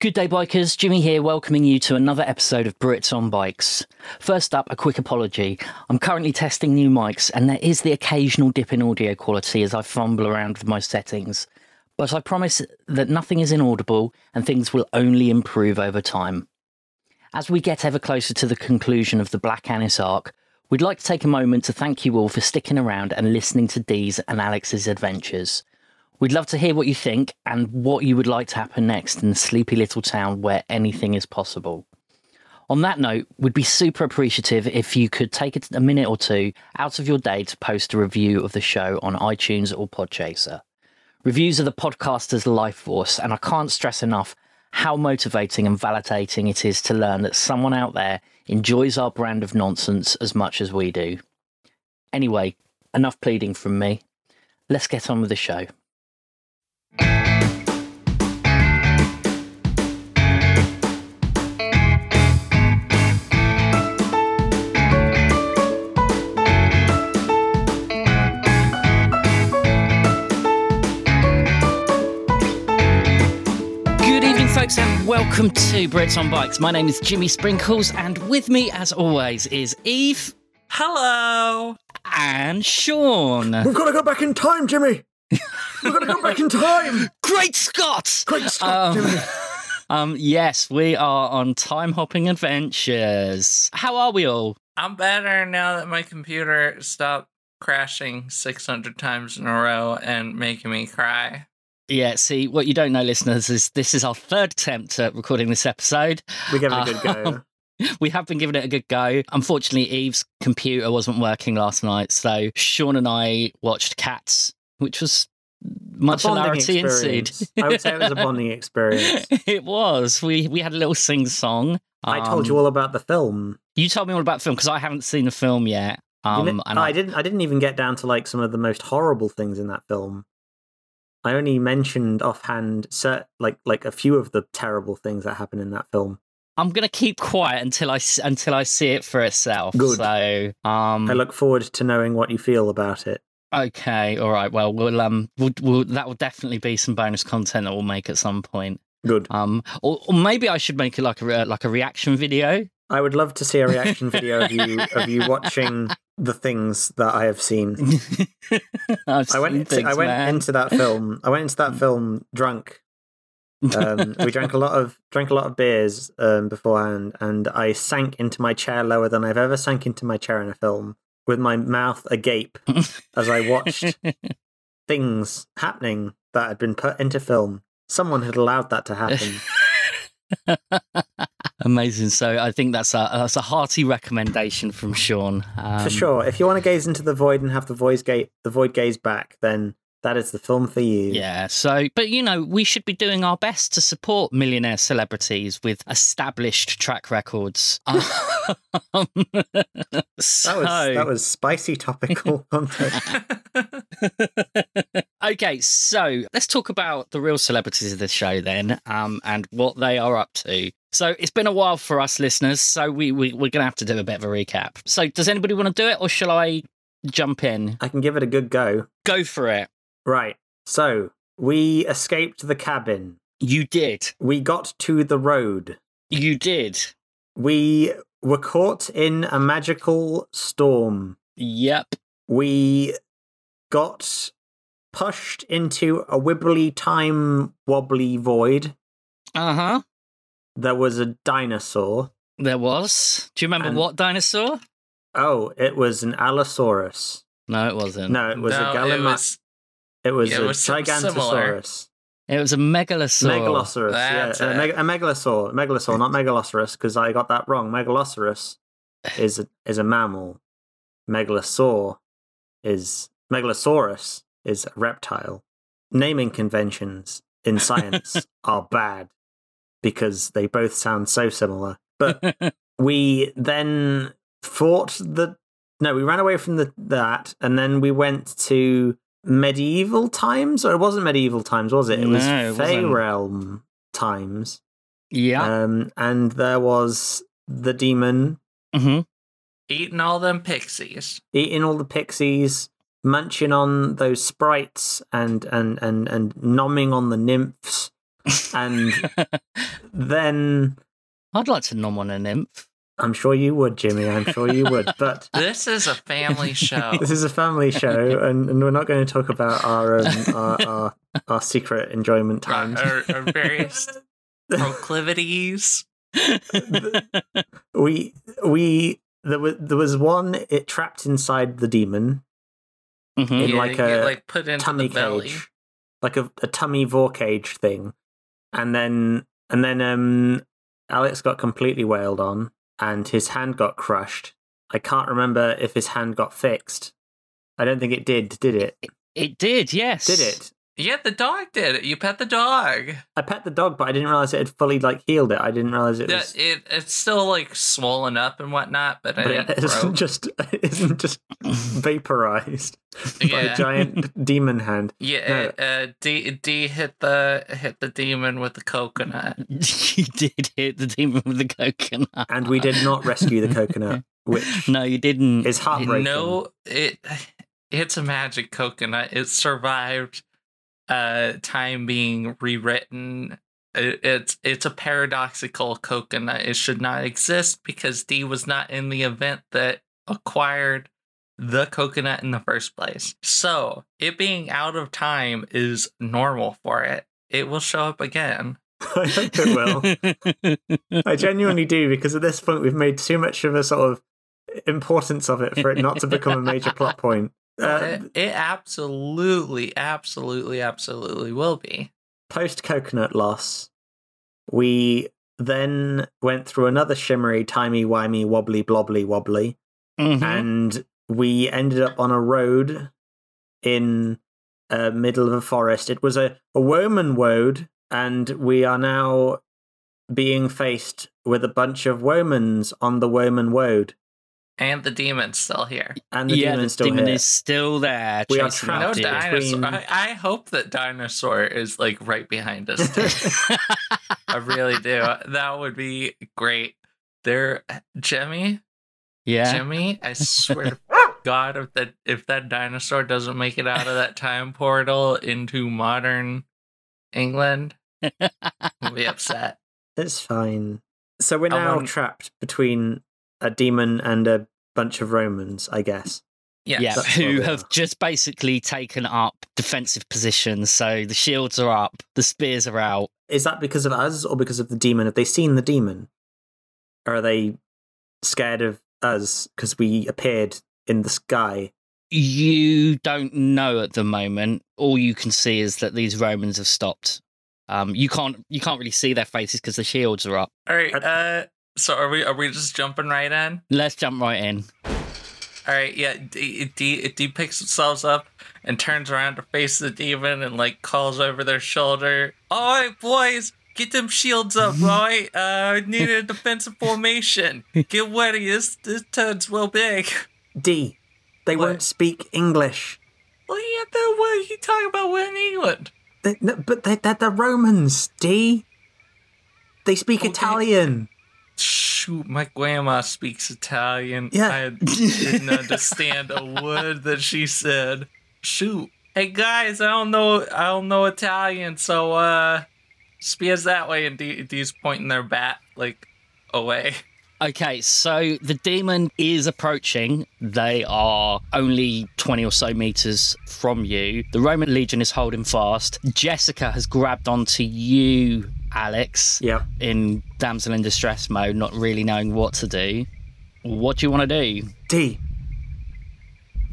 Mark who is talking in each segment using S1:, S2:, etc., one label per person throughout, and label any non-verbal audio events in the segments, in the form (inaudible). S1: Good day, bikers. Jimmy here, welcoming you to another episode of Brits on Bikes. First up, a quick apology. I'm currently testing new mics, and there is the occasional dip in audio quality as I fumble around with my settings. But I promise that nothing is inaudible, and things will only improve over time. As we get ever closer to the conclusion of the Black Anise arc, we'd like to take a moment to thank you all for sticking around and listening to Dee's and Alex's adventures. We'd love to hear what you think and what you would like to happen next in the sleepy little town where anything is possible. On that note, we'd be super appreciative if you could take a- a minute or two out of your day to post a review of the show on iTunes or Podchaser. Reviews are the podcaster's life force, and I can't stress enough how motivating and validating it is to learn that someone out there enjoys our brand of nonsense as much as we do. Anyway, enough pleading from me. Let's get on with the show. Good evening, folks, and welcome to Brits on Bikes. My name is Jimmy Sprinkles, and with me, as always, is Eve
S2: Hello.
S1: and Sean.
S3: We've got to go back in time, Jimmy. We've got to go back in time.
S1: Great Scott!
S3: Great Scott,
S1: Um, (laughs)
S3: Jimmy.
S1: Um, yes, we are on time hopping adventures. How are we all?
S2: I'm better now that my computer stopped crashing 600 times in a row and making me cry.
S3: (laughs)
S1: Yeah, see, what you don't know, listeners, is this is our third attempt at recording this episode.
S3: We're giving it a good
S1: um,
S3: go.
S1: We have been giving it a good go. Unfortunately, Eve's computer wasn't working last night, so Sean and I watched Cats, which was (laughs) much
S3: A bonding
S1: hilarity ensued.
S3: experience. I would say it was a bonding experience.
S1: (laughs) it was. We we had a little sing song. Um,
S3: I told you all about the film.
S1: You told me all about the film because I haven't seen the film yet.
S3: You
S1: Um,
S3: kn-
S1: and
S3: I
S1: I,
S3: didn't. I didn't even get down to like some of the most horrible things in that film. I only mentioned offhand, cert, like like a few of the terrible things that happen in that film.
S1: I'm gonna keep quiet until I s- until I see it for itself.
S3: Good.
S1: So, um,
S3: I look forward to knowing what you feel about it.
S1: okay, all right. Well, we'll um, we'll, we'll that will definitely be some bonus content that we'll make at some point.
S3: Good.
S1: Um, or, or maybe I should make it like a re- like a reaction
S3: (laughs)
S1: video.
S3: I would love to see a reaction video of you of you watching the things that I have seen.
S1: (laughs) I've
S3: I went.
S1: seen
S3: Into, I
S1: things,
S3: went
S1: man.
S3: into that film. I went
S1: (laughs)
S3: into that film drunk. Um, we drank a lot of drank a lot of beers um, beforehand, and I sank into my chair lower than I've ever sank into my chair in a film, with my mouth agape as
S1: (laughs)
S3: I watched things happening that had been put into film. Someone had allowed that to happen.
S1: (laughs) Amazing. So I think that's a that's a hearty recommendation from Sean. Um,
S3: For sure. If you want to gaze into the void and have the void gate the void gaze back, then that is the film for you.
S1: Yeah. So, but you know, we should be doing our best to support millionaire celebrities with established track records. (laughs) Um,
S3: That was
S1: so-
S3: that was
S1: (laughs)
S3: spicy topical content.
S1: okay, so let's talk about the real celebrities of this show then, um, and what they are up to. So it's been a while for us listeners, so we, we we're gonna have to do a bit of a recap. So does anybody want to do it, or shall I jump in?
S3: I can give it a good go.
S1: Go for it.
S3: Right. So we escaped the cabin.
S1: You did.
S3: We got to the road.
S1: You did.
S3: We were caught in a magical storm.
S1: Yep.
S3: We got pushed into a wibbly time wobbly void.
S1: Uh huh.
S3: There was a dinosaur.
S1: There was. Do you remember
S3: And-
S1: what dinosaur?
S3: Oh, it was an Allosaurus.
S1: No, it wasn't.
S3: No, it was
S2: No,
S3: a
S2: it
S3: Gallima-
S2: was-
S3: It was,
S2: it
S3: a
S2: was some similar.
S3: Gigantosaurus.
S1: It was a megalosaur.
S3: Megalosaurus.
S2: That's
S3: yeah, a,
S2: it.
S3: meg- a megalosaur. Megalosaur, not megalosaurus, because I got that wrong. Megalosaurus is a, is a mammal. Megalosaur is megalosaurus is a reptile. Naming conventions in science
S2: (laughs)
S3: are bad because they both sound so similar. But we then fought the no, we ran away from the that, and then we went to medieval times, or it wasn't medieval times, was it? It was
S1: No, it wasn't.
S3: Feyrealm times.
S1: (laughs) yeah.
S3: Um, and there was the demon
S1: hmm
S2: Eating all them pixies.
S3: eating all the pixies,
S1: (laughs)
S3: munching on those sprites, and and and and nomming on the nymphs, And then
S1: (laughs) I'd like to nom on a
S3: (laughs)
S1: nymph.
S3: I'm sure you would, Jimmy. I'm sure you would. But
S2: This is a
S3: (laughs)
S2: family show.
S3: this is a family show, and, and we're not going to talk about our um, our, our our secret enjoyment
S2: Right,
S3: times.
S2: our, our various proclivities.
S3: (laughs)
S1: (laughs)
S3: we we there was there was one it trapped inside the demon
S1: Mhm.
S3: In
S2: Yeah,
S3: like
S2: you get,
S3: a
S2: like put into
S3: tummy
S2: the belly.
S3: cage, like a, a tummy vorcage thing, and then and then um, Alex got completely wailed on, and his hand got crushed. I can't remember if his hand got fixed. I don't think it did. Did it?
S1: It did, yes.
S3: Did it?
S2: Yeah, the dog did it. You pet the dog.
S3: I pet the dog, but I didn't realize it had fully like healed it. I didn't realize it
S2: That-
S3: was.
S2: it it's still like swollen up and whatnot, but,
S3: But
S2: I
S3: it
S2: didn't
S3: (laughs) isn't
S2: grow.
S3: just it
S2: (laughs)
S3: isn't just vaporized by
S2: yeah,
S3: a giant demon hand.
S2: yeah. Uh, D D hit the hit the demon with the coconut.
S1: (laughs) you did hit the demon with the coconut.
S3: and we did not
S1: (laughs)
S3: rescue the
S2: (laughs)
S3: coconut, which (laughs)
S1: No, you didn't.
S3: is heartbreaking. (laughs)
S2: No, it (sighs) it's a magic coconut. It survived uh time being rewritten. It, it's it's a paradoxical coconut. It should not exist because D was not in the event that acquired the coconut in the first place. So it being out of time is normal for it. It will show up again.
S3: I hope it will. I genuinely do because at this point we've made too much of a sort of importance of it for it not to become a
S2: (laughs)
S3: major plot point. Uh,
S2: it, it absolutely, absolutely, absolutely will be.
S3: Post coconut loss, we then went through another shimmery, timey, wimey, wobbly, blobbly, wobbly,
S1: Mhm.
S3: and we ended up on a road in uh, middle of a forest. It was a, a woman road, and we are now being faced with a bunch of womans on the woman road.
S2: And the demon's still here.
S3: And the
S1: yeah,
S3: demon's
S1: the
S3: still
S1: demon
S3: here.
S1: is still there.
S3: We are
S1: chasing
S2: No
S3: trapped
S1: after you.
S3: in between-
S2: dinosaur. I, I hope that dinosaur is like right behind us. dude.
S1: (laughs)
S2: I really do. That would be great. There, Jimmy,
S1: yeah.
S2: Jimmy. I
S1: (laughs)
S2: swear to God, if that if that dinosaur doesn't make it out of that time portal into modern England, we'll be upset.
S3: It's fine. So we're
S2: I
S3: now
S2: want-
S3: trapped between a demon and a bunch of Romans, I guess.
S1: (laughs)
S2: Yes.
S1: yeah,
S3: That's what
S1: who
S3: they
S1: have
S3: are.
S1: just basically taken up defensive positions. So the shields are up, the spears are out.
S3: Is that because of us or because of the demon? Have they seen the demon? Or are they scared of us because we appeared in the sky?
S1: You don't know at the moment. All you can see is that these Romans have stopped. Um, you can't you can't really see their faces because the shields are up.
S2: All right. Uh, so are we? Are we just jumping right in?
S1: Let's jump right in.
S2: All right, yeah. D, D, D picks themselves up and turns around to face the demon and like calls over their shoulder. All right, boys, get them shields up. All right, uh, I need a defensive formation. Get ready. This this turn's real big. (laughs)
S3: D. They
S2: What?
S3: won't speak English.
S2: Well, yeah, that what are you talking about? We're in England.
S3: They, no, but they, they're the Romans, D. They speak
S2: Okay.
S3: Italian.
S2: Shoot, my grandma speaks Italian.
S3: Yeah.
S2: I didn't understand a word that she said. Shoot. Hey guys, I don't know I don't know Italian, so uh spears that way and D- D's pointing their bat like away.
S1: Okay, so the demon is approaching. They are only 20 or so meters from you. The Roman legion is holding fast. Jessica has grabbed onto you, Alex,
S3: Yep.
S1: in damsel in distress mode, not really knowing what to do. What do you want to do?
S3: D,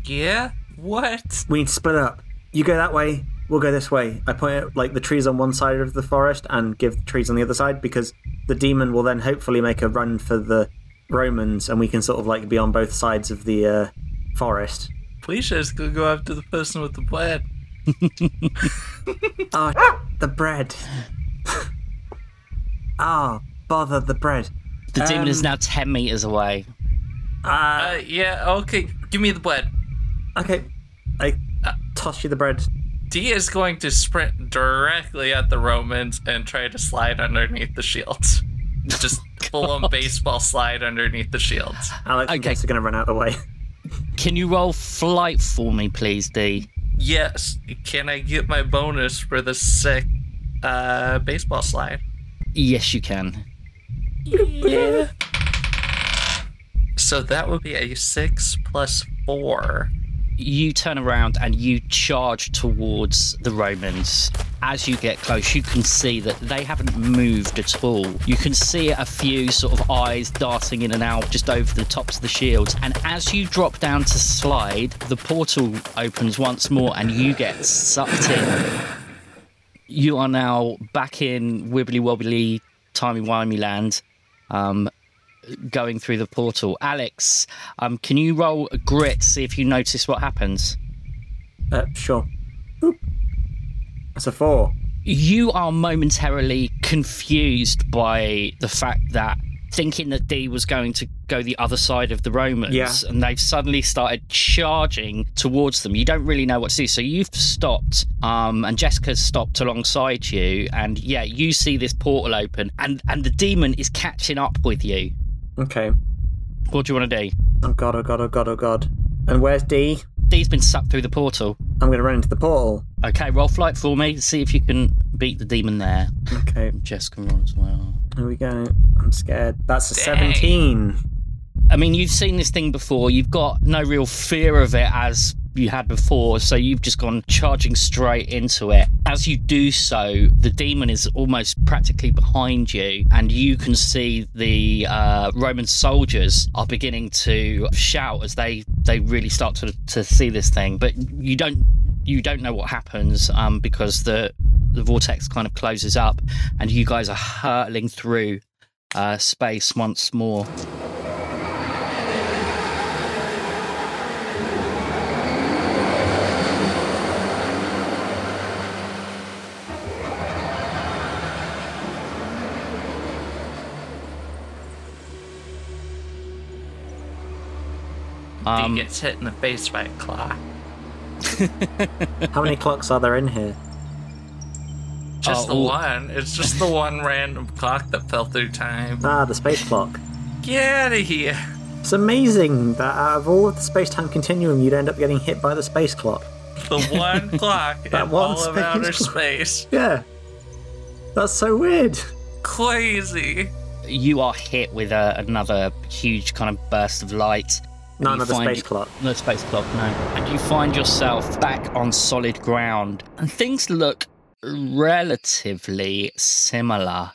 S2: Yeah? What?
S3: we need to split up. You go that way, we'll go this way. I point out like the trees on one side of the forest and give the trees on the other side because the demon will then hopefully make a run for the Romans and we can sort of like be on both sides of the uh, forest.
S2: Felicia's gonna go after the person with the bat.
S3: Oh, the bread. (laughs) Ah, bother the bread.
S1: The demon is
S3: Um,
S1: now 10 meters away.
S3: Ah,
S2: Uh yeah, okay. Give me the bat.
S3: okay. I toss you the bread.
S2: D is going to sprint directly at the Romans and try to slide underneath the shields.
S3: (laughs)
S2: Just
S3: Oh
S2: full on baseball slide underneath the shields.
S3: Alex and
S1: Okay.
S3: Jess are going to run out of the way. (laughs)
S1: Can you roll flight for me, please, D?
S2: Yes, can I get my bonus for the sick uh, baseball slide.
S1: Yes, you can.
S2: Yeah. So that would be a six plus four.
S1: You turn around and you charge towards the Romans. As you get close, you can see that they haven't moved at all. You can see a few sort of eyes darting in and out just over the tops of the shields. And as you drop down to slide, the portal opens once more and you get sucked in. You are now back in wibbly wobbly, timey wimey land. Um, going through the portal. Alex, um, can you roll a grit, see if you notice what happens?
S3: Uh, sure. Boop. That's a four.
S1: You are momentarily confused by the fact that thinking that D was going to go the other side of the Romans
S3: Yeah.
S1: and they've suddenly started charging towards them. You don't really know what to do. So you've stopped um, and Jessica's stopped alongside you and yeah, you see this portal open and, and the demon is catching up with you.
S3: Okay.
S1: What do you want to do?
S3: Oh god, oh god, oh god, oh god. And where's D?
S1: D's been sucked through the portal.
S3: I'm gonna run into the portal.
S1: Okay, roll flight for me. See if you can beat the demon there.
S3: Okay,
S1: Jess can roll as well.
S3: here we go. I'm scared. That's a 17.
S1: I mean, you've seen this thing before. You've got no real fear of it as you had before, so you've just gone charging straight into it. As you do so, the demon is almost practically behind you, and you can see the uh, Roman soldiers are beginning to shout as they they really start to to see this thing. But you don't you don't know what happens um, because the the vortex kind of closes up, and you guys are hurtling through uh, space once more.
S3: Um,
S2: D gets hit in the face by a clock.
S3: uh, How many clocks are there in here?
S2: Just
S1: Oh,
S2: the
S1: ooh.
S2: one. It's just the
S3: (laughs)
S2: one random clock that fell through time.
S3: Ah, the space clock.
S2: Get out of here.
S3: It's amazing that out of all of the space time continuum, you'd end up getting hit by the space clock.
S2: The one
S3: (laughs)
S2: clock in
S3: That
S2: all
S3: one
S2: of
S3: space
S2: outer
S3: clock.
S2: space.
S3: Yeah. That's so weird.
S2: Crazy.
S1: you are hit with a, another huge kind of burst of light. and
S3: Not
S1: you
S3: another
S1: find-
S3: space clock.
S1: No space clock, no. And you find yourself back on solid ground, and things look relatively similar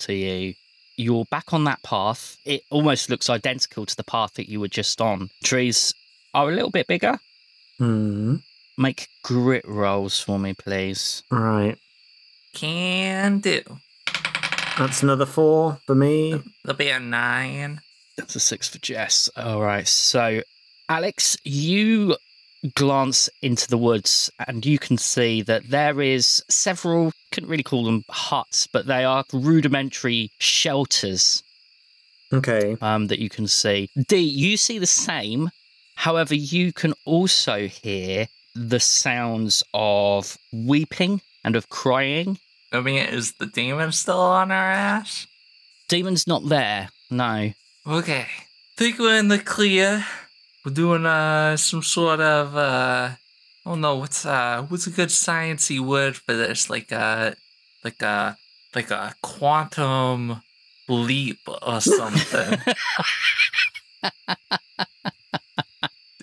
S1: to you. You're back on that path. It almost looks identical to the path that you were just on. Trees are a little bit bigger.
S3: Hmm.
S1: Make grit rolls for me, please.
S3: Right.
S2: Can do.
S3: That's another four for me.
S2: There'll be a nine.
S1: That's a six for Jess. All right. So, Alex, you glance into the woods and you can see that there is several, couldn't really call them huts, but they are rudimentary shelters
S3: Okay.
S1: um, that you can see. D, you see the same. However, you can also hear the sounds of weeping and of crying.
S2: I mean, is the demon still on our ass?
S1: Demon's not there. No.
S2: Okay. Think we're in the clear. We're doing uh some sort of uh I don't know what's uh what's a good sciency word for this like uh like a like a quantum leap or (laughs) something.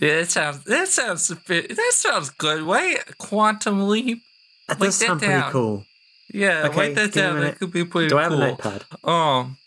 S2: yeah, that sounds that sounds a bit, that sounds good. Wait, quantum leap.
S3: That
S2: Wait,
S3: does
S2: that
S3: sound
S2: down.
S3: pretty cool.
S2: Yeah,
S3: Okay,
S2: wait that
S3: give me a
S2: down.
S3: minute.
S2: That could be pretty
S3: Do I have
S2: cool.
S3: a notepad?
S2: Um,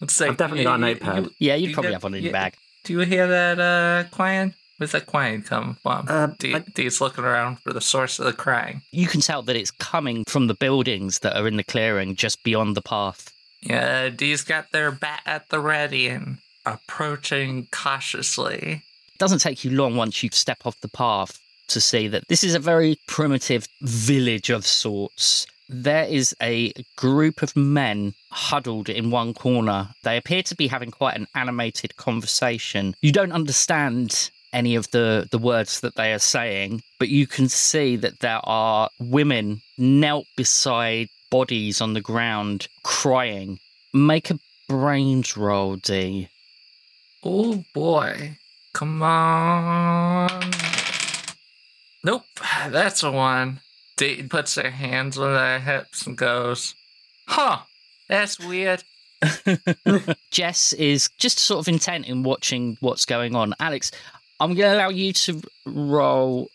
S2: let's see.
S3: I've definitely got a
S2: You- you-
S3: notepad.
S2: you-
S1: Yeah, you'd
S2: You
S1: probably
S2: got-
S1: have one in
S2: yeah.
S1: your bag.
S2: do you hear that, uh, Quine? Where's that Quine come from?
S3: Uh,
S2: D-
S3: I-
S2: D's looking around for the source of the crying.
S1: you can tell that it's coming from the buildings that are in the clearing just beyond the path.
S2: Yeah, D's got their bat at the ready and approaching cautiously.
S1: It doesn't take you long once you step off the path to see that this is a very primitive village of sorts. There is a group of men huddled in one corner. They appear to be having quite an animated conversation. You don't understand any of the, the words that they are saying, but you can see that there are women knelt beside bodies on the ground crying. Make a brains roll, D.
S2: Oh boy. Come on. Nope, that's a one. Dayton puts their hands on their hips and goes, "Huh, that's weird."
S1: Jess is just sort of intent in watching what's going on. Alex, I'm going to allow you to roll.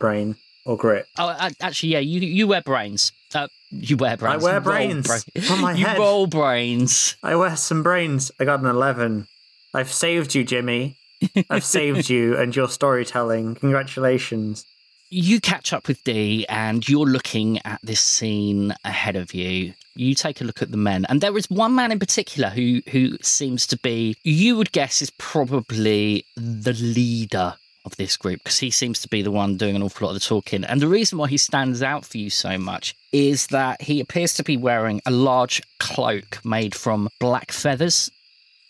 S3: Brain or grit.
S1: Oh, a- actually, yeah, you you wear brains. Uh, you wear brains.
S3: wear
S1: You roll
S3: brains on my
S1: you
S3: head.
S1: roll brains.
S3: I wear some brains. I got an 11. I've saved you, Jimmy. I've saved you and your storytelling. Congratulations.
S1: You catch up with Dee, and you're looking at this scene ahead of you. You take a look at the men, and there is one man in particular who who seems to be you would guess is probably the leader of this group because he seems to be the one doing an awful lot of the talking. And the reason why he stands out for you so much is that he appears to be wearing a large cloak made from black feathers.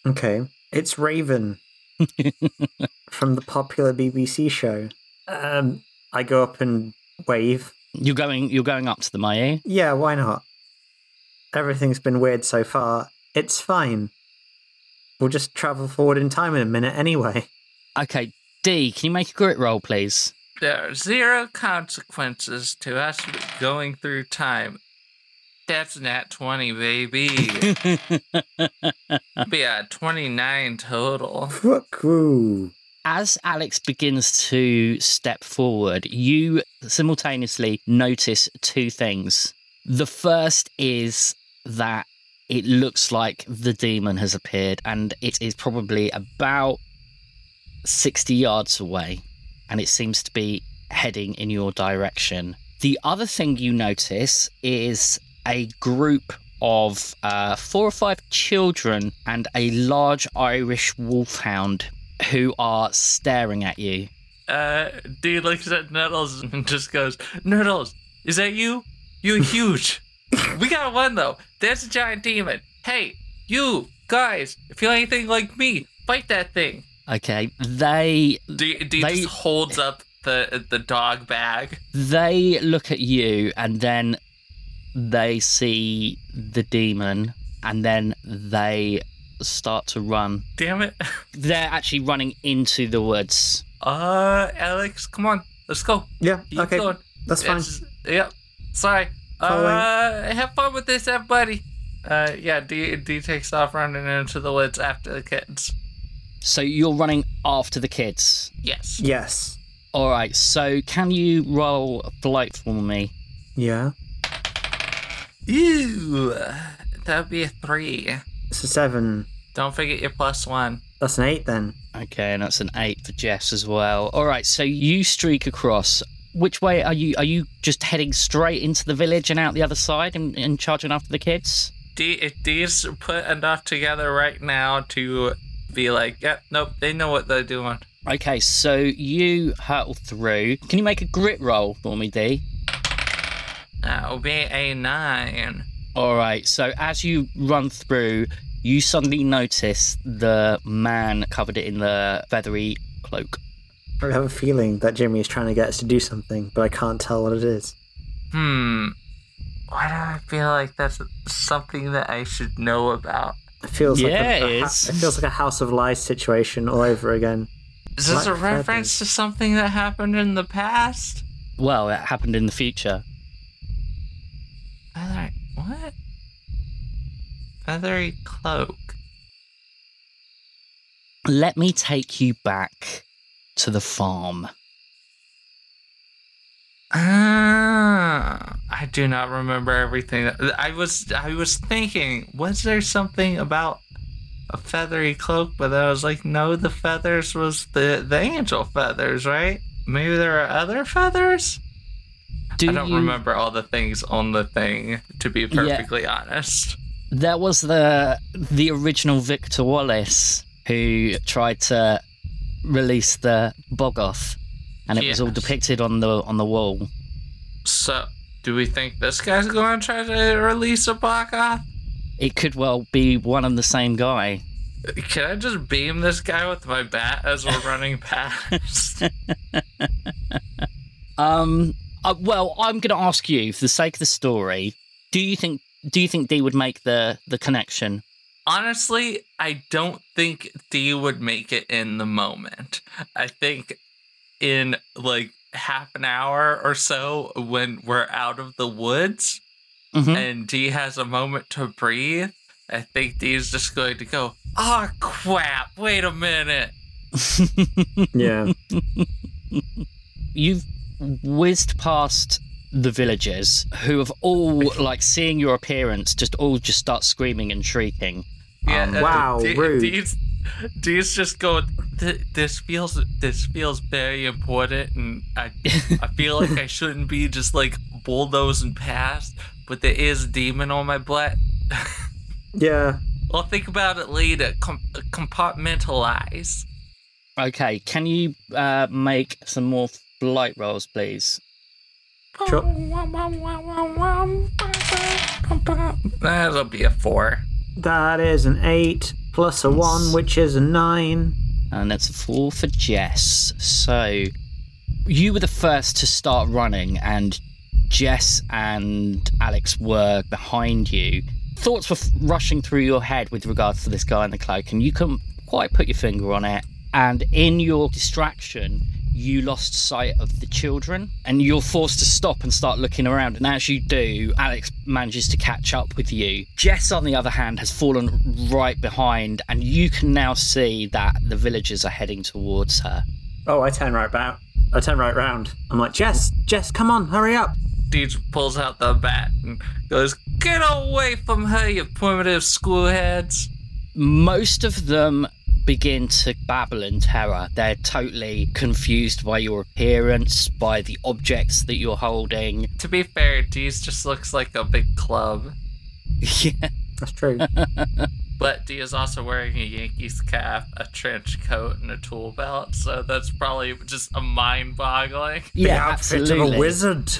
S3: Okay. It's Raven from the popular BBC show. Um, I go up and wave.
S1: You're going you're going up to them, are you?
S3: Yeah, why not? Everything's been weird so far. It's fine. We'll just travel forward in time in a minute anyway.
S1: Okay, Dee, can you make a grit roll, please?
S2: There are zero consequences to us going through time. That's nat
S1: (laughs)
S2: 20, baby. Be a 29 total.
S3: Fuck you.
S1: As Alex begins to step forward, you simultaneously notice two things. The first is that it looks like the demon has appeared and it is probably about 60 yards away and it seems to be heading in your direction. The other thing you notice is a group of uh, four or five children and a large Irish wolfhound who are staring at you.
S2: Uh, D looks at Nettles (laughs) and just goes, Nettles, is that you? You're huge. we got one though. That's a giant demon. Hey, you guys, if you're anything like me, fight that thing.
S1: Okay, they
S2: D, D
S1: They-
S2: just holds up the the dog bag.
S1: they look at you and then they see the demon and then they start to run.
S2: Damn it. (laughs)
S1: They're actually running into the woods.
S2: Uh, Alex, come on, let's go.
S3: Yeah,
S2: Keep
S3: okay.
S2: going.
S3: That's fine.
S2: It's- Yep. Sorry. Uh,
S3: Following.
S2: have fun with this, everybody. Uh, yeah, D, D takes off running into the woods after the kids.
S1: So you're running after the kids.
S2: Yes.
S3: Yes.
S1: All right, so can you roll flight for me?
S3: Yeah.
S2: Ew. That'd be a three.
S3: It's a seven.
S2: Don't forget your plus one.
S3: That's an eight then.
S1: Okay, and that's an eight for Jess as well. All right, so you streak across. Which way are you? Are you just heading straight into the village and out the other side and, and charging after the kids?
S2: D, D's put enough together right now to be like, yep, nope, they know what they're doing.
S1: Okay, so you hurtle through. Can you make a grit roll for me, D?
S2: That'll be a nine.
S1: All right, so as you run through, you suddenly notice the man covered in the feathery cloak.
S3: I have a feeling that Jimmy is trying to get us to do something, but I can't tell what it is.
S2: Hmm. Why do I feel like that's something that I should know about?
S3: It feels
S1: Yeah,
S3: like a,
S1: it
S3: a ha-
S1: is.
S3: it feels like a House of Lies situation all over again.
S2: Is this
S3: Black
S2: a
S3: Friday.
S2: reference to something that happened in the past?
S1: Well, it happened in the future.
S2: Feather, what? Feathery cloak.
S1: Let me take you back to the farm.
S2: Ah, I do not remember everything. I was I was thinking, was there something about a feathery cloak? But then I was like, no, the feathers was the the angel feathers, right? Maybe there are other feathers.
S1: Do
S2: I don't
S1: you-
S2: remember all the things on the thing. To be perfectly honest.
S1: There was the the original Victor Wallace who tried to release the Bogoth, and it was all
S2: Yes.
S1: depicted on the on the wall.
S2: So, do we think this guy's going to try to release a block off?
S1: It could well be one and the same guy.
S2: Can I just beam this guy with my bat as we're running past?
S1: Um. Uh, well, I'm going to ask you, for the sake of the story, do you think do you think D would make the the connection?
S2: Honestly, I don't think D would make it in the moment. I think in like half an hour or so when we're out of the woods
S4: Mhm.
S2: and Dee has a moment to breathe, I think Dee's just going to go, oh, crap, wait a minute.
S3: Yeah.
S1: You've whizzed past the villagers who have all, like, seeing your appearance, just all just start screaming and shrieking.
S2: Yeah,
S1: Um,
S2: uh,
S3: wow, rude.
S2: Dee's, Dee's just going, "Th- this feels this feels very important, and I, I feel like
S3: (laughs)
S2: I shouldn't be just like bulldozing past, but there is a demon on my butt.
S3: Yeah.
S2: I'll think about it later. Com- uh, compartmentalize.
S1: Okay, can you uh, make some more flight rolls, please?
S3: Sure.
S2: That'll be a four.
S3: That is an eight plus a one, which is a nine.
S1: And that's a four for Jess. So you were the first to start running, and Jess and Alex were behind you. Thoughts were f- rushing through your head with regards to this guy in the cloak, and you couldn't quite put your finger on it. And in your distraction, you lost sight of the children, and you're forced to stop and start looking around. And as you do, Alex manages to catch up with you. Jess, on the other hand, has fallen right behind, and you can now see that the villagers are heading towards her.
S3: Oh, I turn right back. I turn right round. I'm like, Jess, Jess, come on, hurry up.
S2: Deej pulls out the bat and goes, Get away from her, you primitive schoolheads.
S1: most of them begin to babble in terror. They're totally confused by your appearance, by the objects that you're holding. (laughs)
S2: To be fair, Deez just looks like a big club,
S1: yeah.
S3: That's true.
S2: but Dee is also wearing a Yankees cap, a trench coat, and a tool belt, so that's probably just a mind boggling.
S3: the
S1: Yeah,
S3: outfit of
S1: absolutely.
S3: a wizard.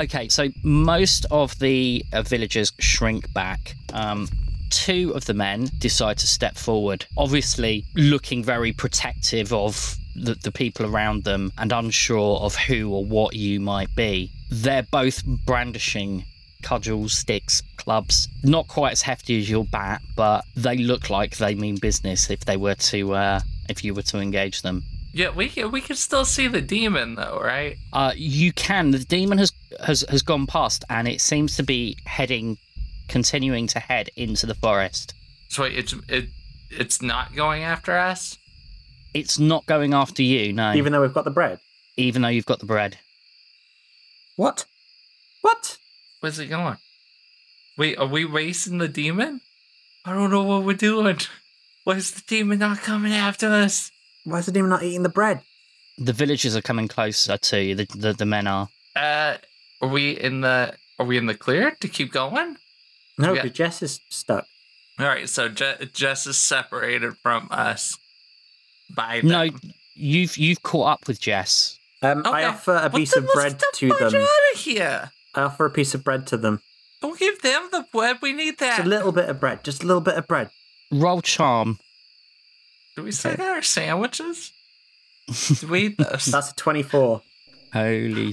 S1: Okay, so most of the uh, villagers shrink back. Um, two of the men decide to step forward, obviously looking very protective of the, the people around them and unsure of who or what you might be. They're both brandishing cudgels, sticks, clubs. Not quite as hefty as your bat, but they look like they mean business if they were to, uh, if you were to engage them.
S2: Yeah, we can, we can still see the demon, though, right?
S1: Uh, you can. The demon has has has gone past, and it seems to be heading, continuing to head into the forest.
S2: So wait, it's, it, it's not going after us?
S1: It's not going after you, no. Even,
S3: Even though we've got the bread.
S1: though you've got the bread.
S3: What? What?
S2: Where's it going? Wait, are we racing the demon? I don't know what we're doing. (laughs) Why's the demon not coming after us?
S3: Why is the demon not eating the bread?
S1: The villagers are coming closer to you. The the, the men are.
S2: Uh, are we in the are we in the clear to keep going?
S3: No,
S2: Yeah.
S3: because Jess is stuck.
S2: All right, so Je- Jess is separated from us by
S1: No,
S2: them.
S1: you've you've caught up with Jess.
S3: Um, I
S2: Okay.
S3: offer a
S2: What
S3: piece
S2: the-
S3: of
S2: let's
S3: bread
S2: get
S3: to
S2: the fudge
S3: them.
S2: Out of here!
S3: I offer a piece of bread to them.
S2: Don't give them the bread. We need
S3: Just
S2: that.
S3: a little bit of bread. Just a little bit of bread.
S1: Roll charm.
S2: Do we still got our (laughs) sandwiches? Do we uh, eat those?
S3: That's a 24.
S1: Holy.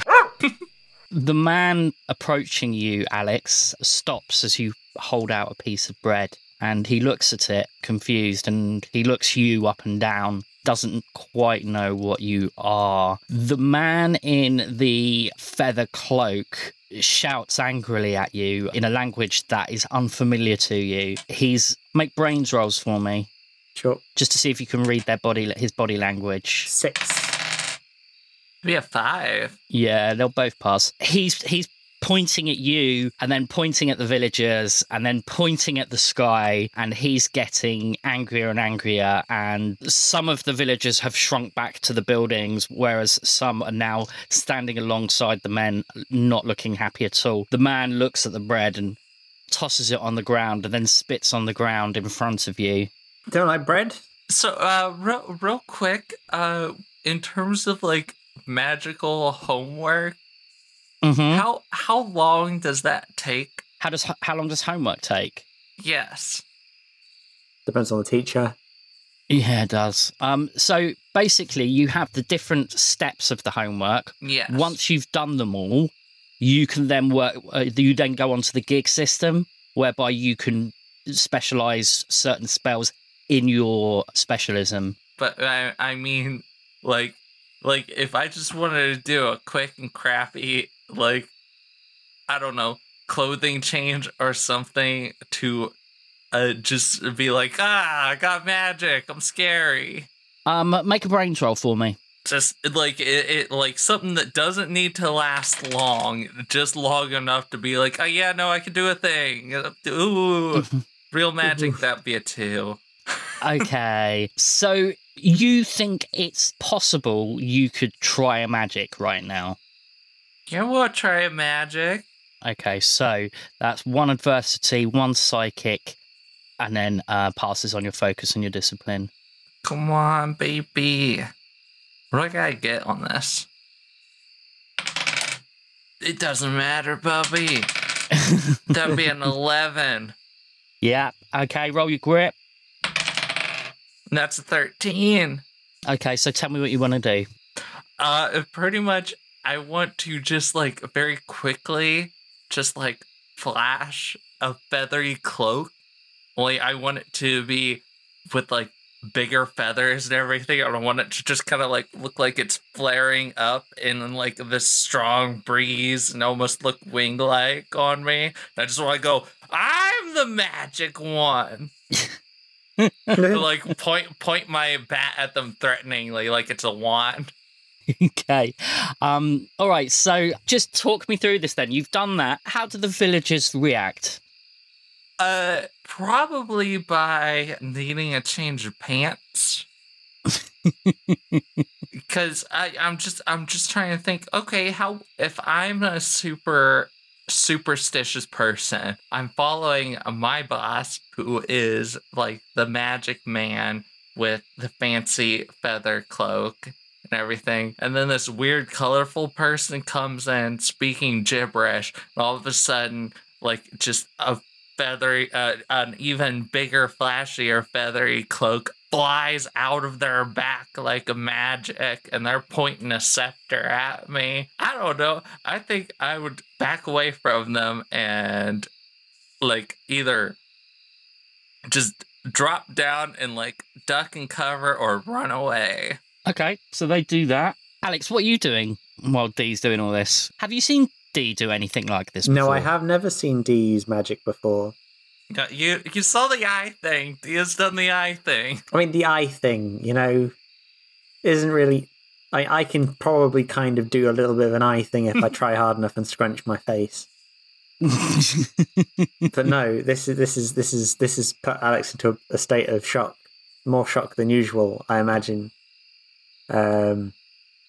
S1: the man approaching you, Alex, stops as you hold out a piece of bread and he looks at it confused and he looks you up and down, doesn't quite know what you are. The man in the feather cloak shouts angrily at you in a language that is unfamiliar to you. He's make brains rolls for me
S3: Sure.
S1: just to see if you can read their body his body language.
S3: Six.
S2: we have five.
S1: Yeah, they'll both pass. He's he's pointing at you and then pointing at the villagers and then pointing at the sky and he's getting angrier and angrier and some of the villagers have shrunk back to the buildings whereas some are now standing alongside the men not looking happy at all the man looks at the bread and tosses it on the ground and then spits on the ground in front of you
S3: Don't like bread?
S2: So, uh, real, real quick, uh, in terms of like magical homework,
S1: Mhm.
S2: how how long does that take?
S1: how does how long does homework take
S2: Yes.
S3: Depends on the
S2: (laughs)
S3: teacher. (laughs)
S1: Yeah, it does. Um, so basically, you have the different steps of the homework.
S2: Yes.
S1: Once you've done them all, you can then work. Uh, you then go onto the gig system, whereby you can specialize certain spells in your specialism.
S2: but I, I mean, like, Like, if I just wanted to do a quick and crappy, like, I don't know, clothing change or something to uh, just be like, ah, I got magic. I'm scary.
S1: Um, make a brains roll for me.
S2: Just like it, it, like something that doesn't need to last long, just long enough to be like, oh yeah, no, I can do a thing. Ooh, real magic. That'd be a two.
S1: Okay, so you think it's possible you could try a magic right now?
S2: Yeah, we'll try a magic.
S1: Okay, so that's one adversity, one psychic, and then uh, passes on your focus and your discipline.
S2: Come on, baby. What do I gotta get on this? It doesn't matter, Bubby. That'd be an 11.
S1: Yeah. Okay, roll your grip.
S2: That's a 13.
S1: Okay, so tell me what you want to do. (laughs)
S2: Uh, pretty much, I want to just like very quickly, just like flash a feathery cloak. Like, I want it to be with like bigger feathers and everything. I want it to just kind of like look like it's flaring up in like this strong breeze and almost look wing like on me. I just want to go, I'm the magic one. like point point my bat at them threateningly, like it's a wand.
S1: Okay. Um, all right, so just talk me through this then. You've done that. How do the villagers react?
S2: Uh, probably by needing a change of pants. Because I, I'm just, I'm just trying to think. Okay, how if I'm a super superstitious person, I'm following my boss, who is like the magic man with the fancy feather cloak and everything, and then this weird, colorful person comes in speaking gibberish, and all of a sudden, like just a feathery, uh, an even bigger, flashier feathery cloak flies out of their back like magic, and they're pointing a scepter at me. I don't know. I think I would back away from them and, like, either just drop down and, like, duck and cover or run away.
S1: Okay, so they do that. Alex, what are you doing while Dee's doing all this? Have you seen Dee do anything like this
S3: No, I
S1: before?
S3: have never seen D use magic before.
S2: Yeah, You you saw the eye thing. He has done the eye thing.
S3: I mean, the eye thing, you know, isn't really. I, I can probably kind of do a little bit of an eye
S2: (laughs)
S3: thing if I try hard enough and scrunch my face.
S1: (laughs)
S3: But no, this is this is this is this has put Alex into a, a state of shock, more shock than usual, I imagine. Um,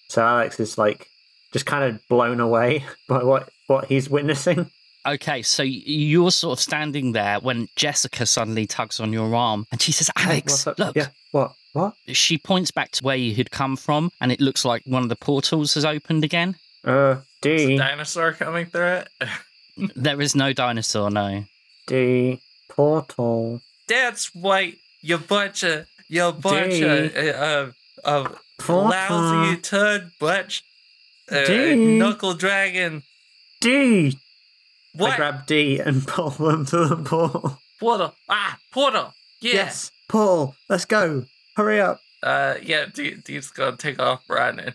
S3: so Alex is like just kind of blown away (laughs) by what what he's witnessing.
S1: Okay, so y- you're sort of standing there when Jessica suddenly tugs on your arm and she says,
S3: Hey,
S1: Alex,
S3: what's up?
S1: look.
S3: yeah, what what?
S1: She points back to where you had come from and it looks like one of the portals has opened
S3: (laughs)
S1: again.
S3: Uh,
S2: Is a
S3: D
S2: dinosaur coming through it. (laughs)
S1: there is no dinosaur, no.
S3: D portal
S2: That's right. You bunch of you bunch of eh, of, of
S3: portal
S2: lousy turd butch uh,
S3: Dude.
S2: knuckle dragon.
S3: D I
S2: What?
S3: grab D and (laughs) pull them to the portal.
S2: Portal. Ah, portal. Yeah.
S3: Yes, portal. Let's go. Hurry up.
S2: Uh, yeah. D- D's gonna take off running.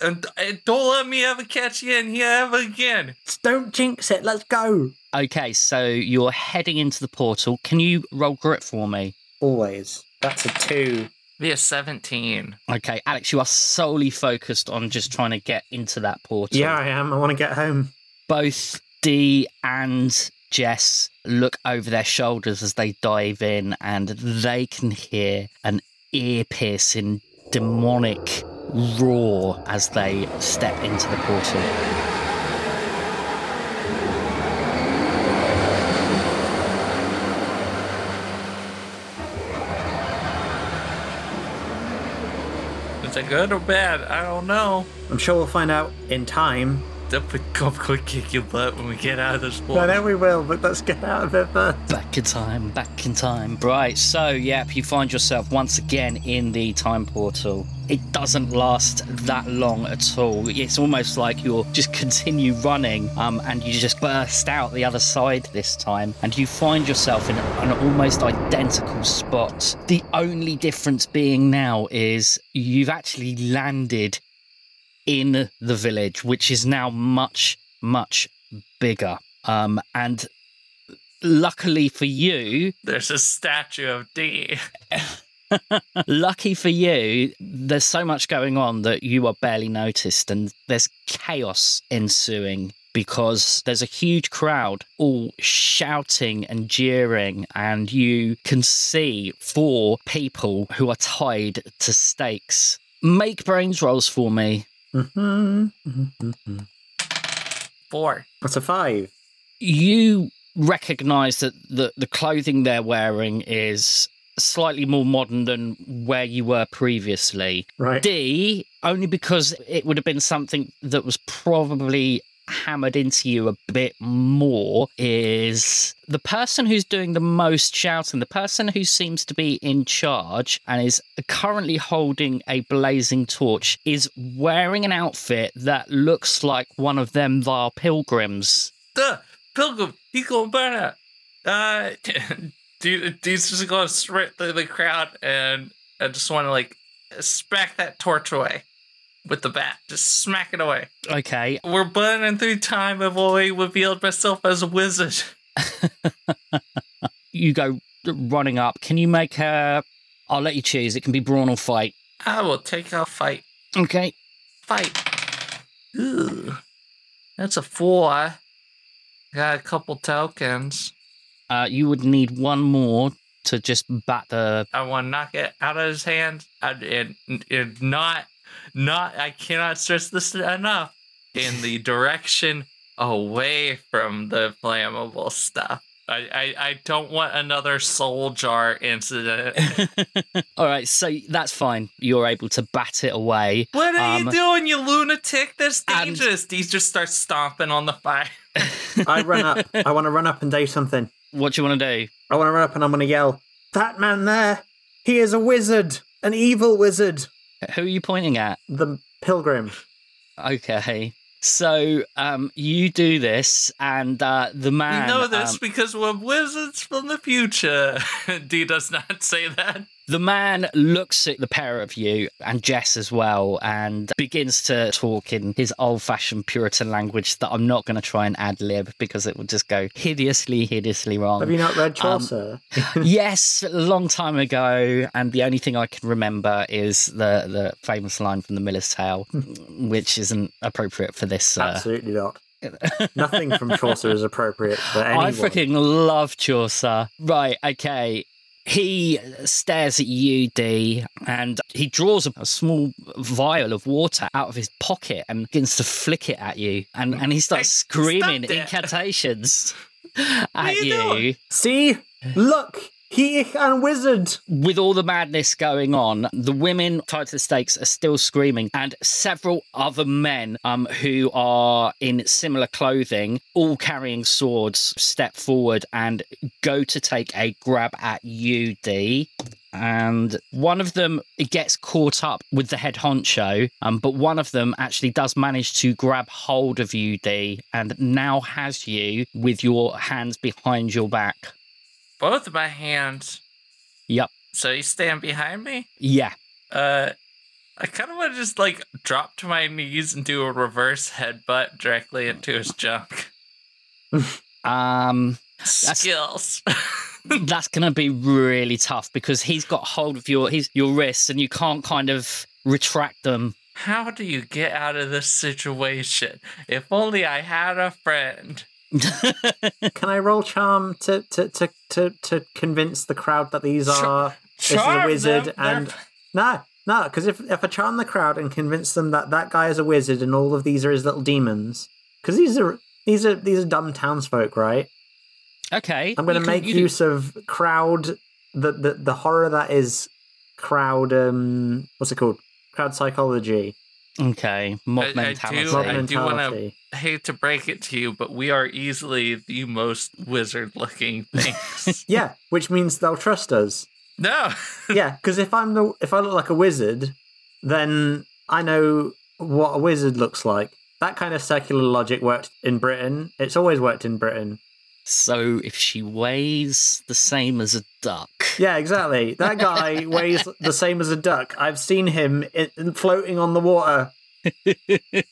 S2: And, and don't let me ever catch you in here ever again.
S3: S- Don't jinx it. Let's go.
S1: Okay, so you're heading into the portal. Can you roll grit for me?
S3: Always. That's a two.
S2: Be a seventeen.
S1: Okay, Alex, you are solely focused on just trying to get into that portal.
S3: Yeah, I am. I want to get home.
S1: both Dee and Jess look over their shoulders as they dive in, and they can hear an ear piercing, demonic roar as they step into the portal.
S2: Is it good or bad? I don't know.
S3: I'm sure we'll find out in time.
S2: They'll pick up quick kick your butt when we get out of this
S3: I
S2: one.
S3: know we will, but let's get out of it first.
S1: Back in time, back in time. Right, so yep, you find yourself once again in the time portal. It doesn't last that long at all. It's almost like you'll just continue running um, and you just burst out the other side this time and you find yourself in an almost identical spot. The only difference being now is you've actually landed in the village, which is now much, much bigger. Um, and luckily for you,
S2: There's a statue of D.
S1: lucky for you, there's so much going on that you are barely noticed, and there's chaos ensuing because there's a huge crowd all shouting and jeering, and you can see four people who are tied to stakes. Make brains rolls for me.
S3: Mm-hmm. Mm-hmm.
S2: Four.
S3: That's a five.
S1: you recognize that the, the clothing they're wearing is slightly more modern than where you were previously.
S3: Right.
S1: D, only because it would have been something that was probably hammered into you a bit more, is the person who's doing the most shouting, the person who seems to be in charge and is currently holding a blazing torch, is wearing an outfit that looks like one of them Thar pilgrims
S2: The pilgrim, he gonna burn it. Uh, dude, dude's just gonna sprint through the crowd, and I just want to like smack that torch away with the bat. Just smack it away.
S1: Okay.
S2: We're burning through time. I've already revealed myself as a wizard.
S1: You go running up. Can you make a. I'll let you choose. It can be brawn or fight.
S2: I will take our fight.
S1: Okay.
S2: Fight. Ooh, that's a four. Got a couple tokens.
S1: Uh, you would need one more to just bat the.
S2: I want to knock it out of his hands. And, and, and not, not, I cannot stress this enough in the direction away from the flammable stuff. I, I, I don't want another soul jar
S1: (laughs)
S2: incident.
S1: All right. So that's fine. You're able to bat it away.
S2: What are
S1: Um,
S2: you doing, you lunatic? That's
S1: and-
S2: dangerous. These just start stomping on the fire. (laughs)
S3: I run up. I want to run up and do something.
S1: What do you want to do?
S3: I want to run up and I'm going to yell, That man there, he is a wizard, an evil wizard,
S1: Who are you pointing at?
S3: the pilgrim.
S1: Okay. So um, you do this, and uh, the man.
S2: we know this
S1: um,
S2: because we're wizards from the future. (laughs) D does not (laughs) say that.
S1: The man looks at the pair of you and Jess as well and begins to talk in his old fashioned Puritan language that I'm not going to try and ad lib because it will just go hideously, hideously
S3: Have
S1: wrong.
S3: you not read Chaucer?
S1: yes, a long time ago. And the only thing I can remember is the, the famous line from The Miller's Tale, which isn't appropriate for this. Uh, (laughs)
S3: Absolutely not. Nothing from Chaucer is appropriate for anyone.
S1: I freaking love Chaucer. Right, okay. He stares at you, D, and he draws a, a small vial of water out of his pocket and begins to flick it at you. And, and he starts
S2: Hey,
S1: screaming
S2: stop that.
S1: incantations at
S2: you
S1: you.
S2: doing?
S3: See? Look! He is a wizard!
S1: With all the madness going on, the women tied to the stakes are still screaming, and several other men um, who are in similar clothing, all carrying swords, step forward and go to take a grab at you, D. And one of them gets caught up with the head honcho, um, but one of them actually does manage to grab hold of you, D, and now has you with your hands behind your back.
S2: Both of my hands.
S1: Yep.
S2: So you stand behind me?
S1: Yeah.
S2: Uh, I kind of want to just like drop to my knees and do a reverse headbutt directly into his junk.
S1: Um,
S2: Skills.
S1: that's going to be really tough because he's got hold of your his your wrists and you can't kind of retract them.
S2: How do you get out of this situation? If only I had a friend.
S3: Can I roll charm to to to to, to convince the crowd that these are this is a
S2: Charm
S3: wizard
S2: them, they're-
S3: and no no because if if I charm the crowd and convince them that that guy is a wizard and all of these are his little demons because these are these are these are dumb townsfolk right
S1: Okay,
S3: I'm gonna
S1: you can-
S3: make
S1: you
S3: use of crowd the, the the horror that is crowd um what's it called crowd psychology
S1: do- Okay, mob
S2: I- I do-
S1: mentality.
S2: I
S3: mob
S2: do wanna-
S3: mentality
S2: hate to break it to you, but we are easily the most wizard
S3: (laughs)
S2: looking things.
S3: yeah which means they'll trust us
S2: no. (laughs)
S3: yeah, because if I'm the if I look like a wizard, then I know what a wizard looks like. That kind of secular logic worked in Britain. It's always worked in Britain.
S1: So if she weighs the same as a duck,
S3: Yeah, exactly. That guy weighs the same as a duck. I've seen him i floating on the water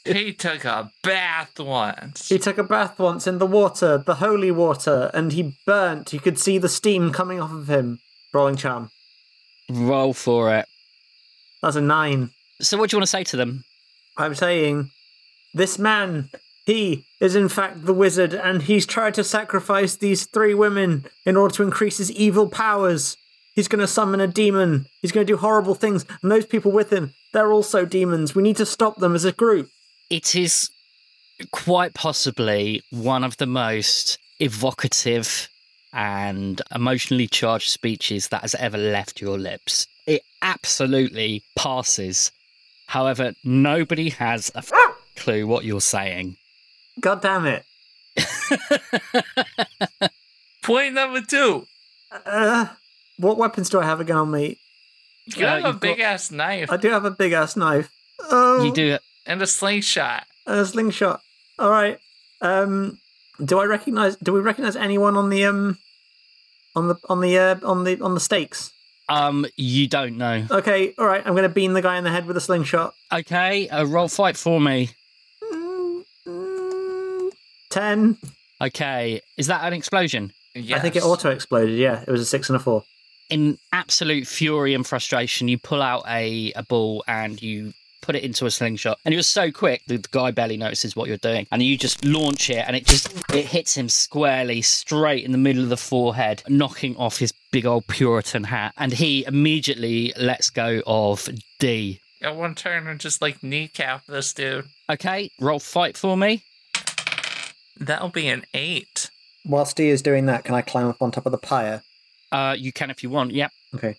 S2: He took a bath once.
S3: He took a bath once in the water, the holy water, and he burnt. You could see the steam coming off of him. Rolling charm.
S1: Roll for it.
S3: That's a nine.
S1: So, what do you want to say to them?
S3: I'm saying this man, he is in fact the wizard, and he's tried to sacrifice these three women in order to increase his evil powers. He's going to summon a demon. He's going to do horrible things, and those people with him, they're also demons. We need to stop them as a group.
S1: It is quite possibly one of the most evocative and emotionally charged speeches that has ever left your lips. It absolutely passes. However, nobody has a f- clue what you're saying. (laughs)
S3: God damn it.
S2: Point number two.
S3: Uh, what weapons do I have again on me?
S2: You
S1: Uh,
S2: have a
S1: you've got-
S2: big ass knife
S3: I do have a big ass knife. Oh,
S1: You do
S2: and a slingshot.
S3: a slingshot. All right. Um, do I recognize? Do we recognize anyone on the um, on the on the uh, on the on the stakes?
S1: um you don't know.
S3: Okay. All right. I'm gonna bean the guy in the head with a slingshot.
S1: Okay, a roll fight for me.
S3: Mm, mm, Ten.
S1: Okay, is that an explosion?
S2: Yes.
S3: I think it auto exploded. Yeah, it was a six and a four.
S1: in absolute fury and frustration, you pull out a, a ball and you put it into a slingshot. And you're so quick, the, the guy barely notices what you're doing. And you just launch it and it just it hits him squarely straight in the middle of the forehead, knocking off his big old Puritan hat. And he immediately lets go of D.
S2: At one turn, and just like kneecap this dude.
S1: Okay, roll fight for me.
S2: That'll be an eight.
S3: Whilst D is doing that, can I climb up on top of the pyre?
S1: Uh, you can if you want. Yep.
S3: Okay.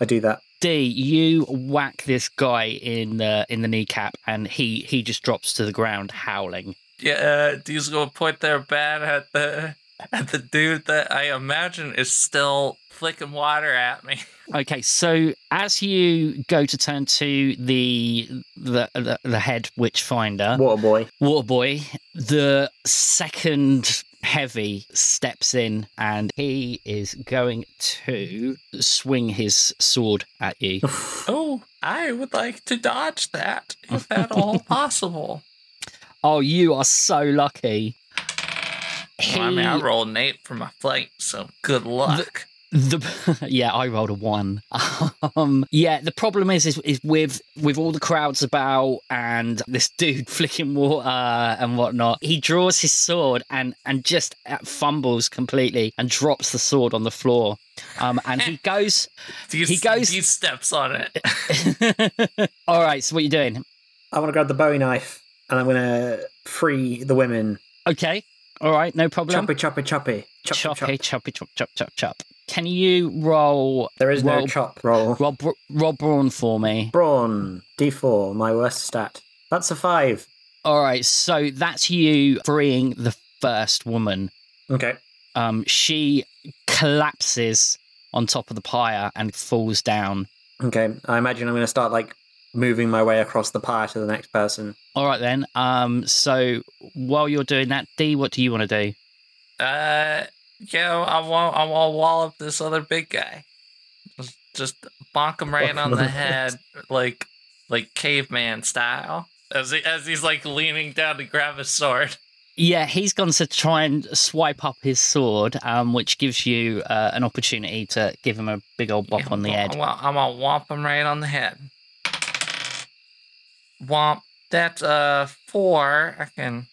S3: I do that.
S1: D, you whack this guy in the in the kneecap, and he he just drops to the ground howling.
S2: Yeah, uh, these gonna point their bat at the at the dude that I imagine is still flicking water at me. (laughs)
S1: Okay, so as you go to turn to the the the, the head witch finder,
S3: Water boy.
S1: water Uh, boy, the second heavy steps in and he is going to swing his sword at you.
S2: Oh, I would like to dodge that if at (laughs) all possible.
S1: oh, you are so lucky. He,
S2: I mean, I rolled an eight for my flight, so good luck.
S1: The (laughs) yeah, I rolled a one. (laughs) Um, yeah, the problem is, is is with with all the crowds about and this (laughs) dude flicking water and whatnot. He draws his sword and and just uh, fumbles completely and drops the sword on the floor. Um, and (laughs) he goes,
S2: These,
S1: he goes-
S2: These steps on it.
S1: all right. So what you doing?
S3: I want to grab the Bowie knife and I'm gonna free the women.
S1: Okay, all right, no problem.
S3: Choppy, choppy, choppy, chop, chop, chop.
S1: choppy, choppy, chop, chop, chop, chop. Can you roll
S3: There is no
S1: Roll-
S3: chop. Roll.
S1: roll br- roll brawn for me?
S3: Brawn. D4, my worst stat. That's a five.
S1: All right, so that's you freeing the first woman.
S3: Okay.
S1: um, she collapses on top of the pyre and falls down.
S3: Okay. I imagine I'm going to start like moving my way across the pyre to the next person.
S1: All right then. Um, so while you're doing that, D, what do you want to do?
S2: Uh, yeah, I want I want to wall up this other big guy. Just, just bonk him right on the head, like like caveman style. As he, as he's like leaning down to grab his sword.
S1: Yeah, he's gone to try and swipe up his sword, um, which gives you uh, an opportunity to give him a big old bop on the
S2: I'm
S1: head.
S2: gonna- I'm gonna whomp him right on the head. Womp. That's uh four. I can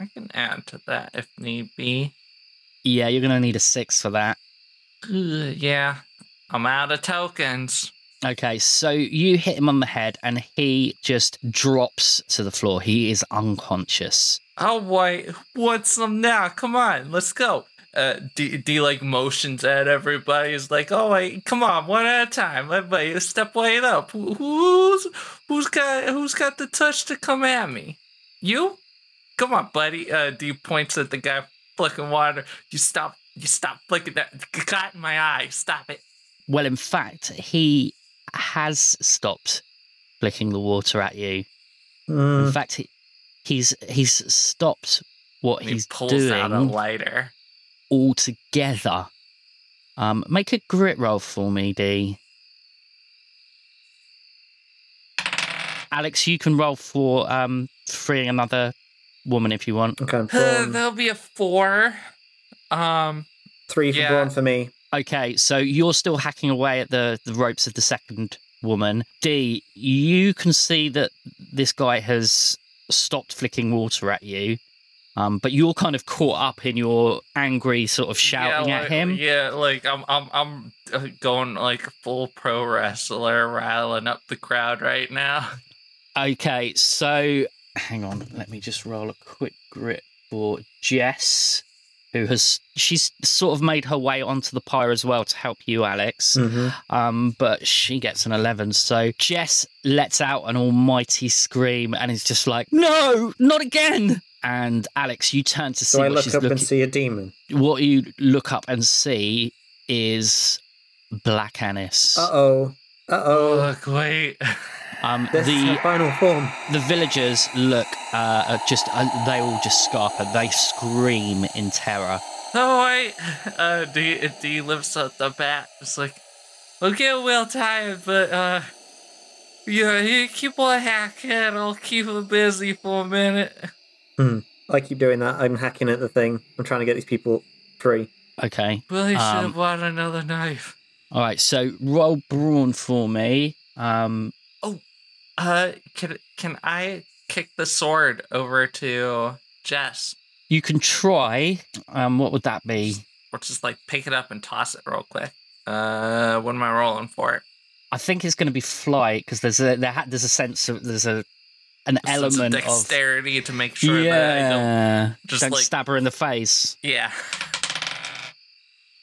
S2: I can add to that if need be.
S1: Yeah, you're gonna need a six for that.
S2: Ugh, yeah, I'm out of tokens.
S1: Okay, so you hit him on the head, and he just drops to the floor. He is unconscious.
S2: Oh boy, want some now? Come on, let's go. Uh, D, D like motions at everybody. Is like, oh wait, come on, one at a time. Everybody, step right up. Who- Who's who's got who's got the touch to come at me? You? Come on, buddy. Uh, D points at the guy flicking water. You stop. You stop flicking that. Got in my eye. Stop it.
S1: Well, in fact, he has stopped flicking the water at you.
S3: Mm,
S1: In fact, he, he's he's stopped what
S2: And he
S1: he's
S2: pulls out a
S1: doing
S2: lighter.
S1: altogether. Um, make a grit roll for me, D. Alex, you can roll for um, freeing another woman if you want.
S3: Okay.
S2: Uh, (sighs)
S3: Brawn.
S2: that'll be a four. Um,
S3: Three for
S2: yeah.
S3: Brawn for me.
S1: Okay, so you're still hacking away at the, the ropes of the second woman. D, you can see that this guy has stopped flicking water at you, um, but you're kind of caught up in your angry sort of shouting
S2: yeah,
S1: at
S2: like-
S1: him.
S2: Yeah, like I'm, I'm, I'm uh, going like full pro wrestler, rattling up the crowd right now. (laughs)
S1: Okay, so hang on, let me just roll a quick grit for Jess, who has she's sort of made her way onto the pyre as well to help you, Alex.
S3: hmm
S1: Um, but she gets an eleven, so Jess lets out an almighty scream and is just like, "No, not again!" And Alex, you turn to see
S3: So I
S1: what
S3: look
S1: she's
S3: up
S1: looking.
S3: and see a demon.
S1: What you look up and see is Black Anise.
S3: Uh oh. Uh oh.
S2: Look, wait. (laughs)
S1: Um,
S3: This is
S1: the
S3: her final form.
S1: The villagers look uh, at just, uh, they all just scarper. They scream in terror.
S2: Oh wait. Uh, D, D lifts up the bat. It's like, we'll get well tired, but uh, yeah, you keep on hacking. I'll keep him busy for a minute.
S3: I keep doing that. I'm hacking at the thing. I'm trying to get these people free.
S1: Okay.
S2: Well, you should
S1: Um,
S2: have bought another knife.
S1: All right. So roll brawn for me. Um,
S2: Uh, can can I kick the sword over to Jess?
S1: you can try. Um, what would that be?
S2: or just like pick it up and toss it real quick. Uh, what am I rolling for?
S1: I think it's going to be flight because there's a there ha- there's a sense of there's a an
S2: A sense of
S1: element of
S2: dexterity to make sure that I don't.
S1: yeah.
S2: just,
S1: don't
S2: like-
S1: stab her in the face.
S2: Yeah.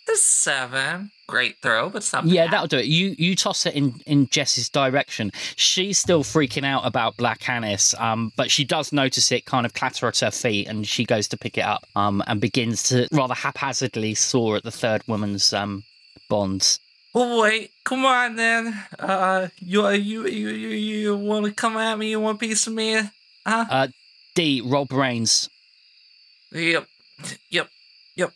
S2: The seven, great throw, but something.
S1: Yeah, that'll do it. You you toss it in in Jess's direction. She's still freaking out about Black Anise, um, but she does notice it kind of clatter at her feet, and she goes to pick it up, um, and begins to rather haphazardly saw at the third woman's um bonds.
S2: Oh wait, come on then. Uh, you you you you, you want to come at me? You want a piece of me? Uh-huh. Huh?
S1: D roll brains.
S2: Yep, yep, yep.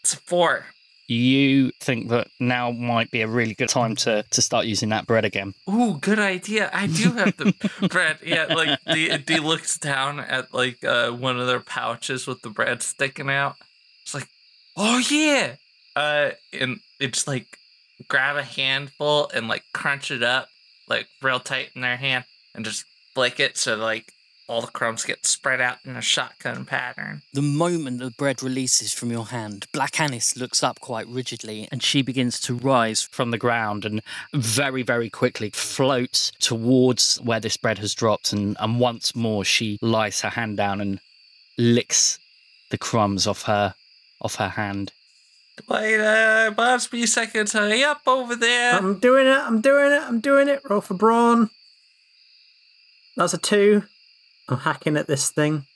S2: It's a four.
S1: You think that now might be a really good time to to start using that bread again.
S2: Ooh, good idea. I do have the bread. Yeah, like D, D looks down at like uh, one of their pouches with the bread sticking out. It's like, oh yeah. Uh, and it's like grab a handful and like crunch it up like real tight in their hand and just flick it so like all the crumbs get spread out in a shotgun pattern.
S4: The moment the bread releases from your hand, Black Anise looks up quite rigidly and she begins to rise.
S1: from the ground and very, very quickly floats towards where this bread has dropped. And, and once more, she lies her hand down and licks the crumbs off her off her hand.
S2: Wait, uh, must be seconds. Hurry up over there.
S3: I'm doing it. I'm doing it. I'm doing it. Roll for Brawn. That's a two. I'm hacking at this thing.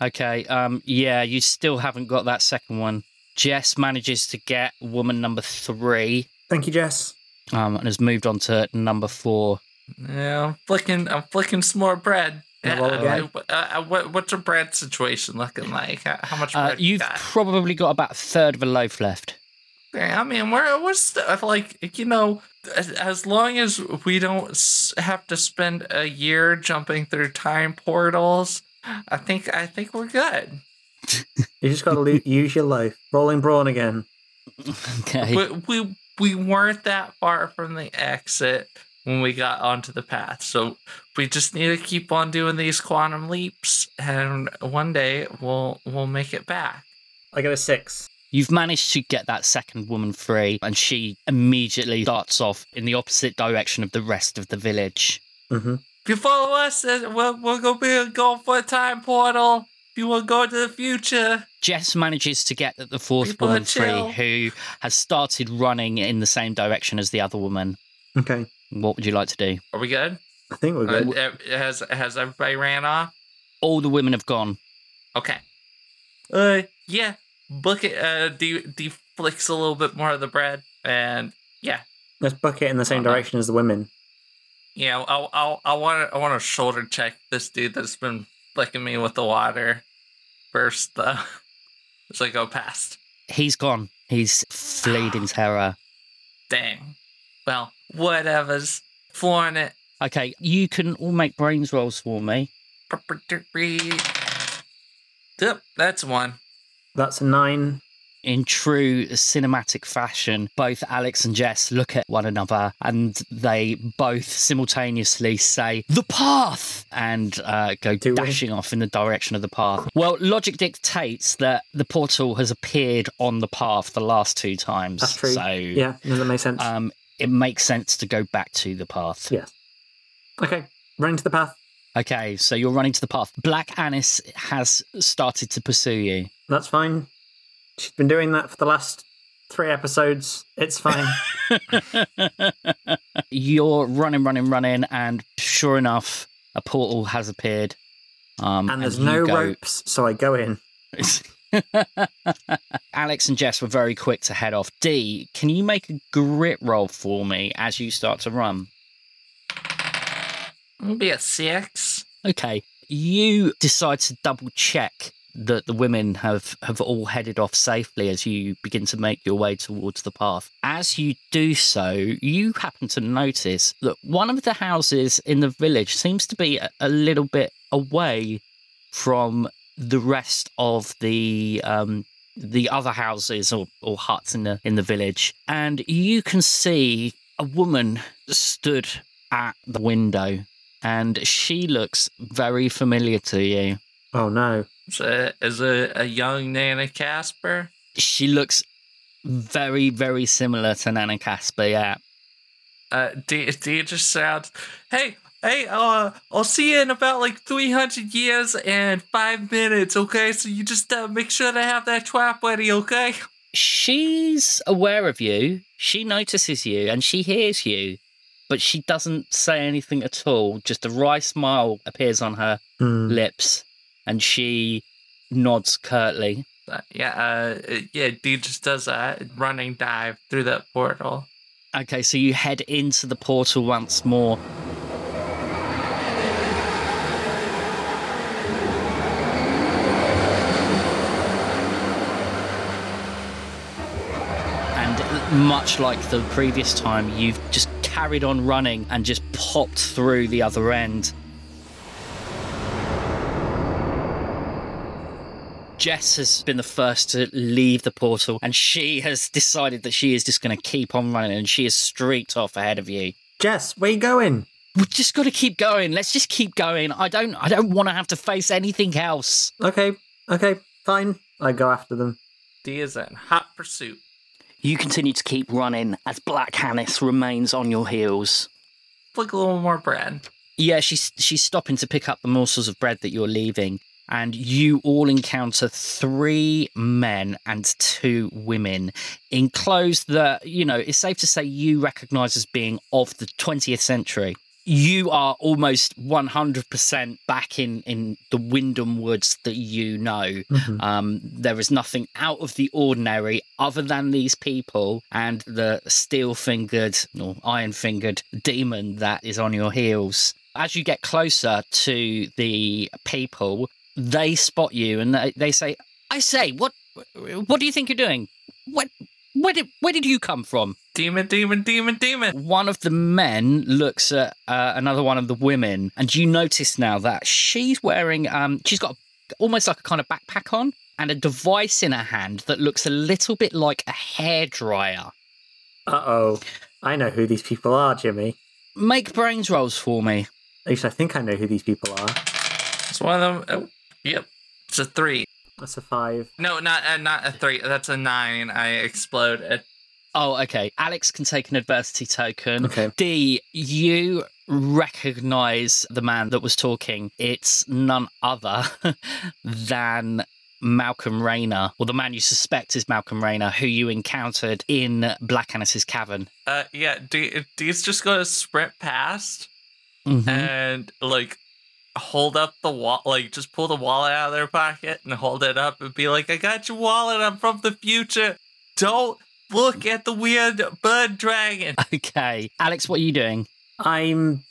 S1: Okay, um, yeah, you still haven't got that second one. Jess manages to get woman number three
S3: Thank you, Jess.
S1: um, and has moved on to number four.
S2: Yeah, I'm flicking. I'm flicking some more bread.
S3: Yeah, roll
S2: Uh, uh, uh, what, what's your bread situation looking like? How, how much
S1: Uh,
S2: bread you
S1: you've
S2: got?
S1: probably got about a third of a loaf left.
S2: I mean, we're we're st- like you know, as, as long as we don't s- have to spend a year jumping through time portals, I think I think we're good.
S3: You just got to (laughs) lo- use your life. Rolling Brawn again.
S1: Okay.
S2: We, we we weren't that far from the exit when we got onto the path, so we just need to keep on doing these quantum leaps, and one day we'll we'll make it back.
S3: I got a six.
S1: You've managed to get that second woman free, and she immediately darts off in the opposite direction of the rest of the village.
S3: Mm-hmm.
S2: If you follow us, uh, then we're, we're going to be going for a time portal. If you want to go to the future,
S1: Jess manages to get the fourth
S2: People are
S1: woman free,
S2: chill.
S1: who has started running in the same direction as the other woman.
S3: Okay.
S1: What would you like to do?
S2: are we good?
S3: I think we're
S2: Uh,
S3: good.
S2: ev- has has everybody ran off?
S1: All the women have gone.
S2: Okay. Uh, yeah. Book it. Uh, de- de- flicks a little bit more of the bread, and
S3: Let's book it in the same
S2: Okay.
S3: direction as the women.
S2: you know, I'll, I'll, I want to, I want to shoulder check this dude that's been flicking me with the water first, though. (laughs) As I go past.
S1: He's gone. He's flayed in terror.
S2: Dang. Well, whatever's flooring it.
S1: Okay, you can all make brains rolls for me.
S2: Yep, that's one.
S3: That's a nine.
S1: In true cinematic fashion, both Alex and Jess look at one another and they both simultaneously say, The path! and uh, go
S3: Do we?
S1: dashing off in the direction of the path. Well, logic dictates that the portal has appeared on the path the last two times.
S3: That's true.
S1: So
S3: Yeah, no, that makes sense.
S1: um, it makes sense to go back to the path.
S3: yes. Okay, running to the path.
S1: Okay, so you're running to the path. Black Anis has started to pursue you.
S3: That's fine. She's been doing that for the last three episodes. It's
S1: (laughs)
S3: fine.
S1: you're running, running, running, and sure enough, a portal has appeared. Um,
S3: and there's
S1: you
S3: no
S1: go-
S3: ropes, so I go in.
S1: (laughs) Alex and Jess were very quick to head off. D, can you make a grit roll for me as you start to run?
S2: It'll be a six.
S1: Okay, you decide to double check that the women have have all headed off safely as you begin to make your way towards the path. As you do so, you happen to notice that one of the houses in the village seems to be a, a little bit away from the rest of the um the other houses or, or huts in the in the village and you can see a woman stood at the window and she looks very familiar to you.
S3: Oh no.
S2: Is it, is it a young Nana Casper?
S1: She looks very, very similar to Nana Casper. Yeah.
S2: Uh, do, do you just sound, hey, hey, uh, I'll see you in about like 300 years and five minutes, okay? So you just uh, make sure to have that trap ready, okay?
S1: She's aware of you. She notices you and she hears you, but she doesn't say anything at all. Just a wry smile appears on her
S3: Hmm.
S1: lips and she nods curtly.
S2: Uh, yeah, uh, yeah, D just does a running dive through that portal.
S1: Okay, so you head into the portal once more. And much like the previous time, you've just carried on running and just popped through the other end. Jess has been the first to leave the portal, and she has decided that she is just going to keep on running, and she has streaked off ahead of you.
S3: Jess, where you going?
S1: We've just got to keep going. Let's just keep going. I don't. I don't want to have to face anything else.
S3: Okay, okay, fine. I go after them.
S2: D is in hot pursuit.
S4: You continue to keep running as Black Hannis remains on your heels.
S2: Flick a little more bread.
S1: Yeah, she's she's stopping to pick up the morsels of bread that you're leaving, and you all encounter three men and two women in clothes that you know it's safe to say you recognise as being of the 20th century. You are almost 100% back in in the Wyndham Woods that you know.
S3: (laughs) Mhm.
S1: Um, there is nothing out of the ordinary other than these people and the steel fingered or iron fingered demon that is on your heels. As you get closer to the people, they spot you and they, they say, I say, what what do you think you're doing? What, where, did, where did you come from?
S2: Demon, demon, demon, demon.
S1: One of the men looks at uh, another one of the women, and you notice now that she's wearing, um, she's got almost like a kind of backpack on and a device in her hand that looks a little bit like a hairdryer.
S3: Uh oh. I know who these people are, Jimmy.
S1: Make brains rolls for me.
S3: At least I think I know who these people are.
S2: It's one of them. Oh, yep. It's a three.
S3: That's a five.
S2: No, not uh, not a three. That's a nine. I explode. At,
S1: Oh, okay. Alex can take an adversity token.
S3: Okay.
S1: D, you recognize the man that was talking. It's none other (laughs) than Malcolm Rayner, or the man you suspect is Malcolm Rayner, who you encountered in Black Annis's cavern.
S2: uh, yeah, D, D's just gonna sprint past Mm-hmm.
S3: Mm-hmm.
S2: and like hold up the wall, like just pull the wallet out of their pocket and hold it up and be like, "I got your wallet. I'm from the future. Don't look at the weird bird dragon."
S1: (laughs) Okay. Alex, what are you doing?
S3: I'm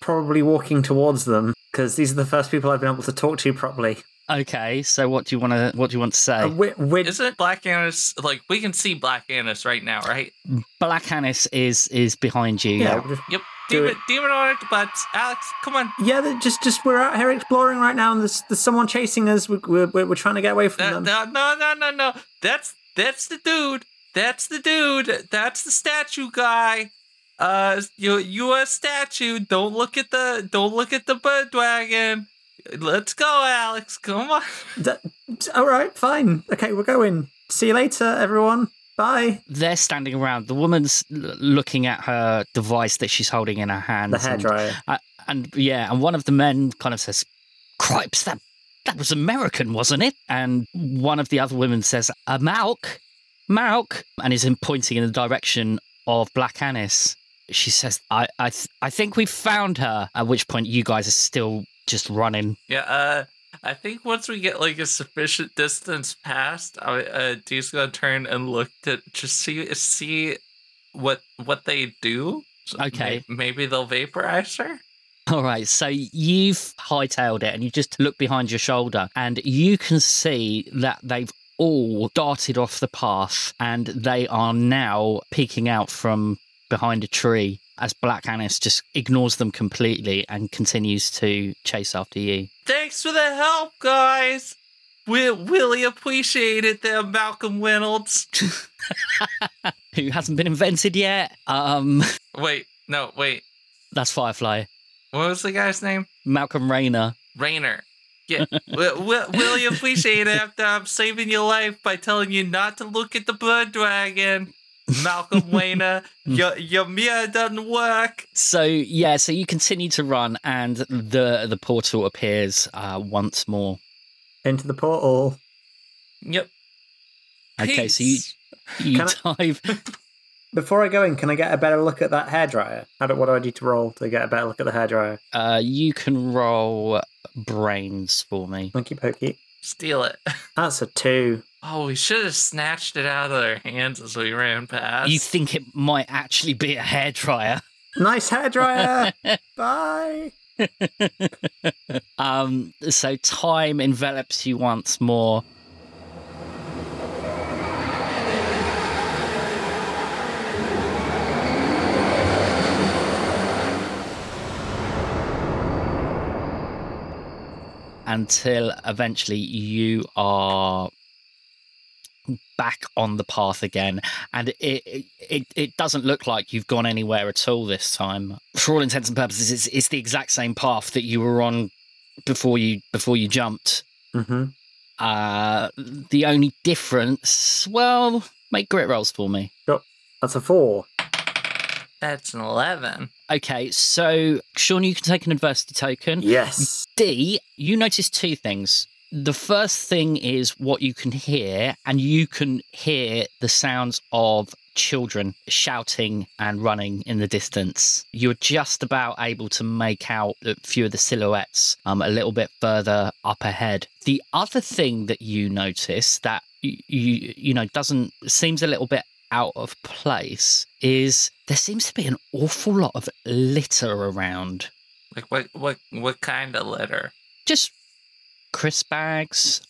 S3: probably walking towards them because these are the first people I've been able to talk to properly.
S1: Okay, so what do you want to what do you want to say?
S3: Uh, wi- wi-
S2: Isn't Black Annis like we can see Black Annis right now, right?
S1: Black Annis is is behind you.
S3: yeah, we're just
S2: Yep.
S3: Do
S2: Demon, demon butts. Alex, come on.
S3: Yeah, they're just just we're out here exploring right now, and there's, there's someone chasing us. We, we're, we're we're trying to get away from
S2: No,
S3: them.
S2: no, no, no, no, no. That's that's the dude. That's the dude. That's the statue guy. Uh, you you a statue? Don't look at the don't look at the bandwagon. Let's go, Alex. Come on.
S3: That, all right, fine. Okay, we're going. See you later, everyone. Bye.
S1: They're standing around. The woman's l- looking at her device that she's holding in her hand.
S3: The hairdryer.
S1: and yeah, and one of the men kind of says, "Cripes, that that was American, wasn't it?" And one of the other women says, "A Malk, Malk," and is in pointing in the direction of Black Annis. She says, "I I th- I think we've found her." At which point, you guys are still just running.
S2: Yeah. Uh, I think once we get like a sufficient distance past, I, uh, D's gonna turn and look to just see see what what they do. So may-
S1: Okay.
S2: maybe they'll vaporize her.
S1: All right, so you've hightailed it, and you just look behind your shoulder, and you can see that they've all darted off the path, and they are now peeking out from behind a tree as Black Annis just ignores them completely and continues to chase after you.
S2: Thanks for the help, guys. We really appreciate it there, Malcolm Reynolds.
S1: Who hasn't been invented yet? Um, (laughs)
S2: wait, no, wait.
S1: that's Firefly.
S2: What was the guy's name?
S1: Malcolm Rayner.
S2: Rayner. (laughs) Yeah, we, we really appreciate it after I'm saving your life by telling you not to look at the blood dragon. (laughs) Malcolm Rayner, your, your mirror doesn't work.
S1: So yeah, so you continue to run, and the the portal appears uh, once more.
S3: Into the portal.
S2: Yep.
S1: Okay, so you
S2: Peace.
S1: you
S3: Can
S1: dive
S3: Before I go in, can I get a better look at that hairdryer? How do, what do I need to roll to get a better look at the hairdryer?
S1: Uh, you can roll brains for me.
S3: Monkey pokey.
S2: Steal it.
S3: That's a two.
S2: Oh, we should have snatched it out of their hands as we ran past.
S1: You think it might actually be a hairdryer?
S3: Nice hairdryer. Bye.
S1: Um, so time envelops you once more. Until eventually you are back on the path again, and it, it it it doesn't look like you've gone anywhere at all this time. For all intents and purposes, it's it's the exact same path that you were on before you before you jumped.
S3: Mm-hmm.
S1: Uh, the only difference, well, make grit rolls for me.
S3: That's a four.
S2: That's an 11.
S1: Okay, so Sean, you can take an adversity token.
S3: Yes.
S1: D, you notice two things. The first thing is what you can hear, and you can hear the sounds of children shouting and running in the distance. You're just about able to make out a few of the silhouettes um, a little bit further up ahead. The other thing that you notice that you, you you know doesn't seems a little bit out of place is there seems to be an awful lot of litter around
S2: Like what what what kind of litter?
S1: just crisp bags,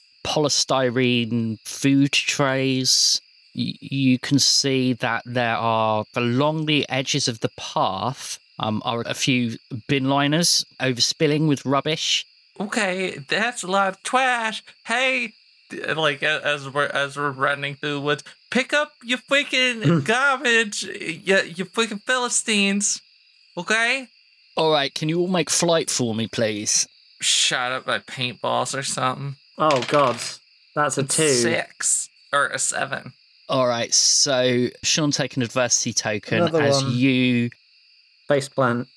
S1: polystyrene food trays. Y- You can see that there are along the edges of the path um, are a few bin liners overspilling with rubbish.
S2: Okay, that's a lot of trash. Hey, d- uh, like a- as we're as we're running through the woods, pick up your freaking garbage, you you freaking Philistines. Okay,
S1: All right, can you all make flight for me, please?
S2: shot up by paintballs or something.
S3: (laughs) Oh god. That's a two.
S2: six or a seven.
S1: All right, so Sean, take an adversity token
S3: Another
S1: as
S3: one.
S1: you
S3: Face plant.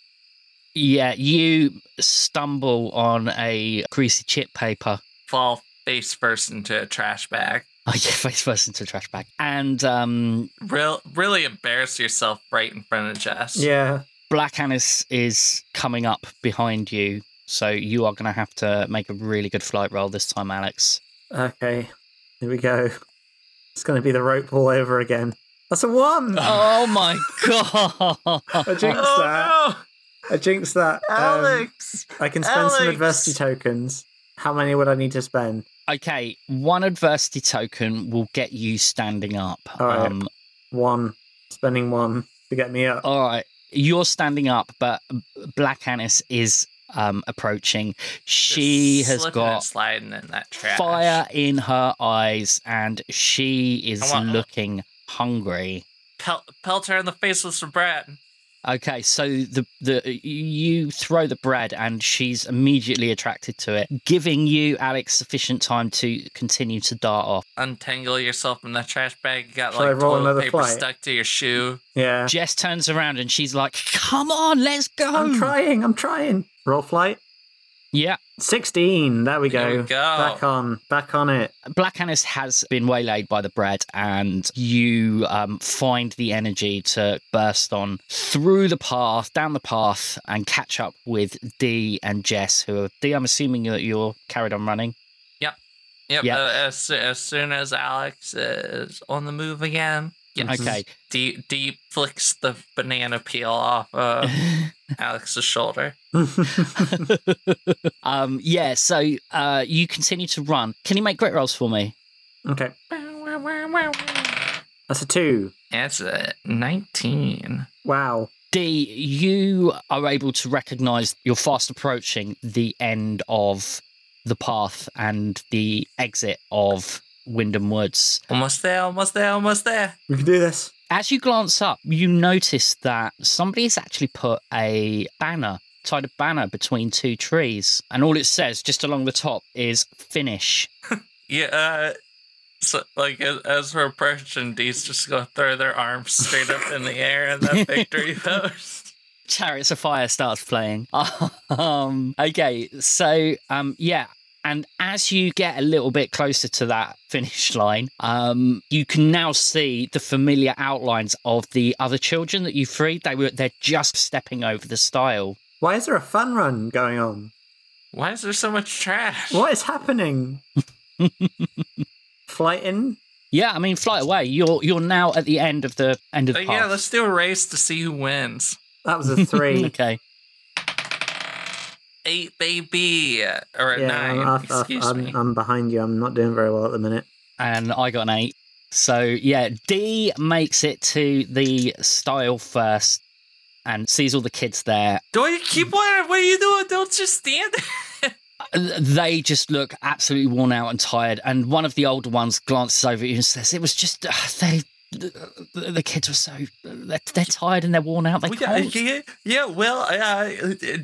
S1: yeah you stumble on a greasy chip paper. (laughs)
S2: Fall face first into a trash bag.
S1: Oh yeah, face first into a trash bag, and um,
S2: Real really embarrass yourself right in front of Jess.
S3: Yeah.
S1: Black Annis is coming up behind you, so you are going to have to make a really good flight roll this time, Alex.
S3: Okay. Here we go. It's gonna be the rope all over again. That's a
S2: (laughs)
S3: one.
S1: Oh (laughs) my god!
S3: I jinxed that.
S2: (laughs) Oh
S3: I jinxed that.
S2: no,
S3: Um,
S2: Alex!
S3: I can spend some
S2: Alex.
S3: adversity tokens. How many would I need to spend?
S1: Okay, one adversity token will get you standing up. Um,
S3: All right. One. Spending one to get me up.
S2: Oh.
S1: all right. You're standing up, but Black Annis is um, approaching. She
S2: Just
S1: has
S2: slipping and
S1: got
S2: sliding in that trash.
S1: fire in her eyes and she is
S2: Come on.
S1: looking hungry.
S2: Pel- pelt her in the face with some bread.
S1: Okay, so the the you throw the bread and she's immediately attracted to it, giving you Alex sufficient time to continue to dart off.
S2: Untangle yourself from the trash bag. You got
S3: Shall I
S2: like
S3: roll
S2: toilet
S3: another
S2: paper
S3: flight?
S2: stuck to your shoe.
S3: Yeah.
S1: Jess turns around and she's like, "Come on, let's go."
S2: Oh.
S3: I'm trying. I'm trying. Roll flight.
S1: Yeah,
S3: 16. There we
S2: There
S3: go.
S2: we go.
S3: Back on. Back on it. (laughs)
S1: Black Annis has been waylaid by the bread, and you um, find the energy to burst on through the path, down the path, and catch up with Dee and Jess, who are Dee. I'm assuming that you're carried on running.
S2: Yep.
S1: Yeah.
S2: Uh, as, soo- as soon as Alex is on the move again, yes.
S1: Okay.
S2: Deep, deep flicks the banana peel off
S1: (laughs)
S2: uh, Alex's shoulder.
S1: um, yeah. So uh, you continue to run. Can you make grit rolls for me?
S3: okay. That's a two.
S2: It's a 19.
S3: Wow.
S1: D, you are able to recognize you're fast approaching the end of the path and the exit of Wyndham Woods.
S2: Almost there, almost there, almost there.
S3: We can do this.
S1: As you glance up, you notice that somebody's actually put a banner, tied a banner between two trees. And all it says just along the top is finish.
S2: Yeah, uh, so like as, as we're approaching, D's just gonna throw their arms straight up in the air in
S1: (laughs)
S2: that victory pose.
S1: Chariots of Fire starts playing. (laughs) um, okay, so um, yeah. And as you get a little bit closer to that (laughs) finish line, um, you can now see the familiar outlines of the other children that you freed. They were they're just stepping over the stile.
S3: Why is there a fun run going on?
S2: Why is there so much trash?
S3: What is
S2: (laughs)
S3: happening? Flight in?
S1: Yeah, I mean, fly away. You're you're now at the end of the end of the
S2: But Oh, yeah,
S1: path.
S2: let's do a race to see who wins.
S3: That was a three.
S1: (laughs) Okay.
S2: Eight, baby, or at
S3: yeah,
S2: nine.
S3: I'm, off- off-
S2: excuse
S3: I'm-
S2: me.
S3: I'm behind you. I'm not doing very well at the minute.
S1: And I got an eight. So yeah, D makes it to the style first and sees all the kids there.
S2: Don't you keep on? What are you doing? Don't just stand. there.
S1: They just look absolutely worn out and tired. And one of the older ones glances over at you and says, "It was just uh, they." The, the kids were so they're, they're tired and they're worn out. They
S2: Well, (laughs) yeah,
S1: can't.
S2: yeah, yeah, well, uh,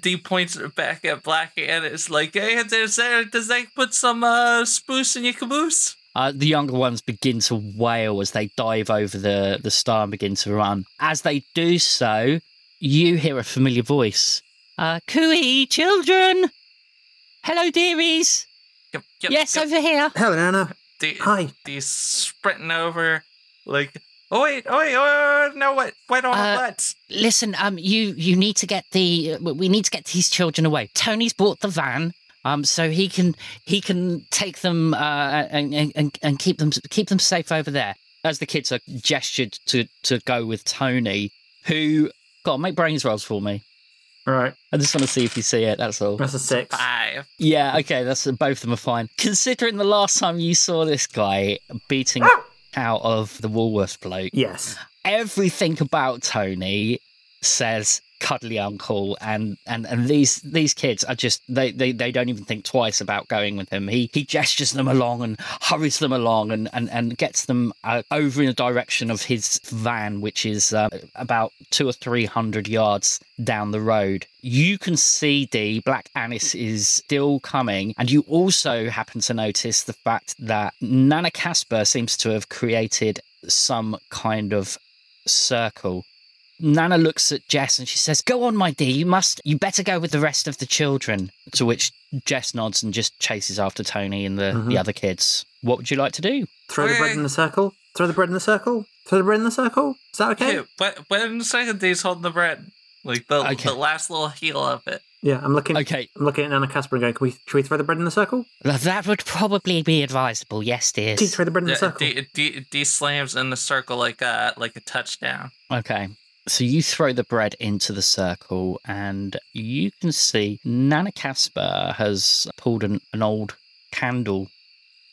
S2: D points back at Black and it's like, hey, does that, does that put some uh, spruce in your caboose?
S1: Uh, the younger ones begin to wail as they dive over the, the star and begin to run. As they do so, you hear a familiar voice. Uh, Cooey, children! Hello, dearies!
S2: Yep, yep,
S1: yes,
S2: yep.
S1: over here!
S3: Hello, Nana.
S2: D-
S3: Hi.
S2: He's sprinting over, like, oh wait, oh wait, oh no, what, wait on
S1: Uh,
S2: what?
S1: Listen, um, you, you need to get the... We need to get these children away. Tony's bought the van... Um, so he can he can take them uh, and, and- and and keep them keep them safe over there. As the kids are gestured to to go with Tony, who God make brains rolls for me.
S3: All right.
S1: I just want to see if you see it. That's all.
S3: That's a six.
S2: Five.
S1: Yeah, okay. That's both of them are fine. Considering the last time you saw this guy beating out of the Woolworth bloke,
S3: Yes.
S1: everything about Tony says cuddly uncle, and and and these these kids are just they they, they don't even think twice about going with him. He he gestures them along and hurries them along and and and gets them uh, over in the direction of his van, which is uh, about two or three hundred yards down the road. You can see the Black Anise is still coming, and you also happen to notice the fact that Nana Casper seems to have created some kind of circle. Nana looks at Jess and she says, Go on, my dear, you must, you better go with the rest of the children. To which Jess nods and just chases after Tony and the, the
S3: Mhm.
S1: other kids. What would you like to do?
S3: Throw the bread in the circle. Throw the bread in the circle. Throw the bread in the circle. Is that okay?
S2: Okay, but but in a second, he's holding the bread, like the
S1: Okay.
S2: the last little heel of it.
S3: Yeah, I'm looking.
S1: Okay,
S3: I'm looking at Nana Casper and going, "Can we? Should we throw the bread in the circle?
S1: now that would probably be advisable. Yes, dear.
S3: Do you throw the bread in the
S2: D,
S3: circle?"
S2: D, D, D slams in the circle like a like a touchdown.
S1: Okay. So you throw the bread into the circle, and you can see Nana Casper has pulled an, an old candle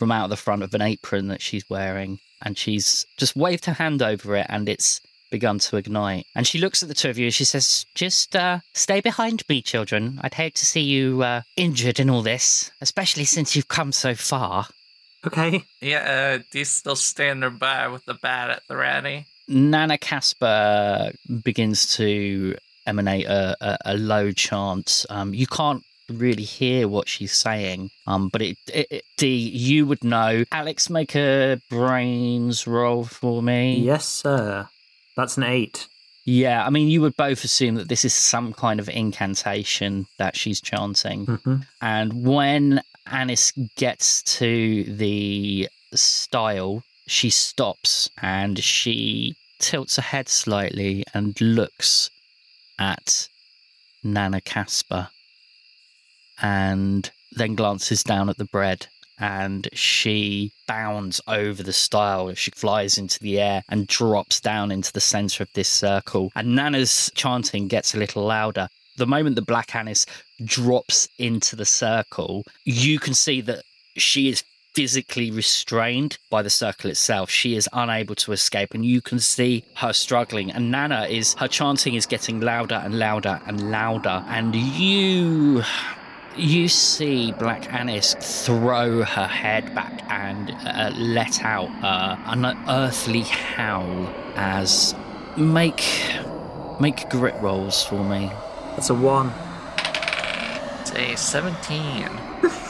S1: from out the front of an apron that she's wearing, and she's just waved her hand over it, and it's begun to ignite. And she looks at the two of you and she says, Just uh, stay behind me, children. I'd hate to see you uh, injured in all this, especially since you've come so far.
S3: Okay.
S2: Yeah, uh, he's still standing by with the bat at the ready.
S1: Nana Casper begins to emanate a, a, a low chant. Um, you can't really hear what she's saying, um, but it, it, it D, you would know. Alex, make a brains roll for me.
S3: Yes, sir. That's an eight.
S1: Yeah, I mean, you would both assume that this is some kind of incantation that she's chanting.
S3: Mm-hmm.
S1: And when Anis gets to the style, she stops and she tilts her head slightly and looks at Nana Casper and then glances down at the bread. And she bounds over the stile. She flies into the air and drops down into the center of this circle. And Nana's chanting gets a little louder. The moment the Black Anis drops into the circle, you can see that she is physically restrained by the circle itself. She is unable to escape, and you can see her struggling. And Nana is, her chanting is getting louder and louder and louder. And you. You see Black Anis throw her head back and uh, let out uh, an unearthly howl as make make grit rolls for me.
S3: That's a one.
S2: It's a 17.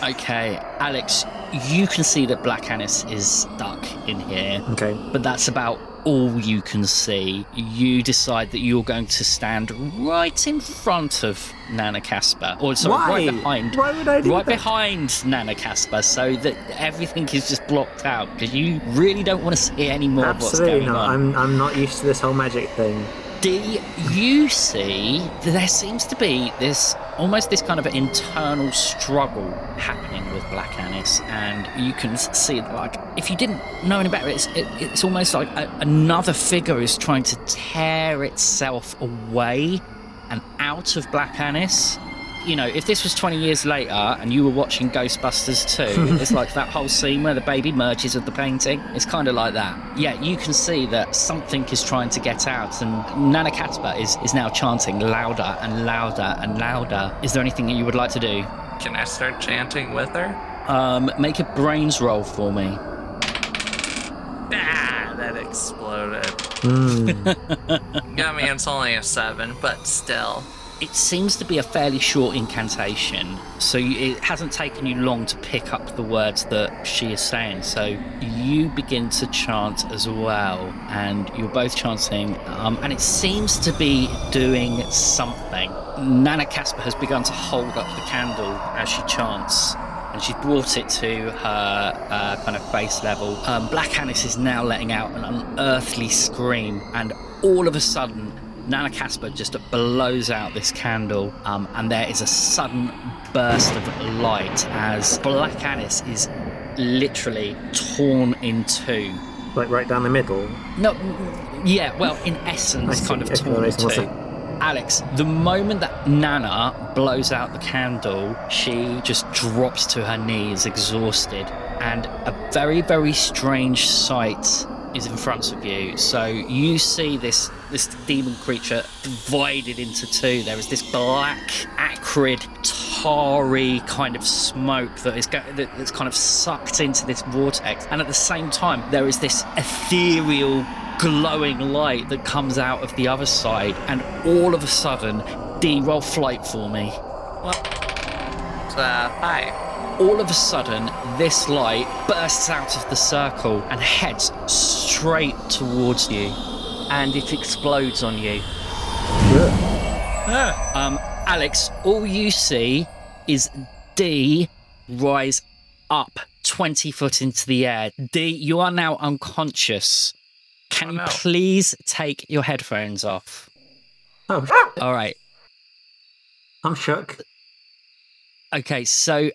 S1: Okay, Alex, you can see that Black Anis is stuck in here,
S3: Okay.
S1: but that's about all you can see. You decide that you're going to stand right in front of Nana Casper, or sorry, right behind.
S3: Why would I do
S1: Right
S3: that?
S1: behind Nana Casper, so that everything is just blocked out because you really don't want to see any more of
S3: Absolutely
S1: what's going
S3: not.
S1: on.
S3: I'm I'm not used to this whole magic thing.
S1: D, you see that there seems to be this almost this kind of internal struggle happening with Black Anis, and you can s- see that, like, if you didn't know any better, it's, it, it's almost like a, another figure is trying to tear itself away and out of Black Anis. You know, if this was 20 years later and you were watching Ghostbusters (laughs) 2, it's like that whole scene where the baby merges with the painting. It's kind of like that. Yeah, you can see that something is trying to get out, and Nana Katba is, is now chanting louder and louder and louder. Is there anything that you would like to do?
S2: Can I start chanting with her?
S1: Um, make a brains roll for me.
S2: Ah, that exploded.
S1: (laughs)
S3: Mm.
S2: I mean, it's only a 7, but still.
S1: It seems to be a fairly short incantation, so you, it hasn't taken you long to pick up the words that she is saying. So you begin to chant as well, and you're both chanting, um, and it seems to be doing something. Nana Casper has begun to hold up the candle as she chants. And she's brought it to her uh, kind of face level. Um, Black Anis is now letting out an unearthly scream, and all of a sudden, Nana Casper just blows out this candle, um, and there is a sudden burst of light as Black Anis is literally torn in two.
S3: like right down the middle.
S1: No, mm, yeah, well, in essence,
S3: I
S1: kind of
S3: see.
S1: torn in
S3: Exploration, what's
S1: two. Alex, the moment that Nana blows out the candle, she just drops to her knees, exhausted, and a very, very strange sight is in front of you. So you see this this demon creature divided into two. There is this black, acrid, tarry kind of smoke that is go- that, that's kind of sucked into this vortex, and at the same time, there is this ethereal glowing light that comes out of the other side, and all of a sudden, D roll flight for me.
S2: It's uh, high.
S1: All of a sudden, this light bursts out of the circle and heads straight towards you.
S4: and it explodes on you.
S1: Um, Alex, all you see is D rise up 20 foot into the air. D, you are now unconscious. Can
S2: Oh,
S1: you
S2: no.
S1: please take your headphones off? (laughs)
S3: Oh, sh-
S1: All right.
S3: I'm shook.
S1: Okay, so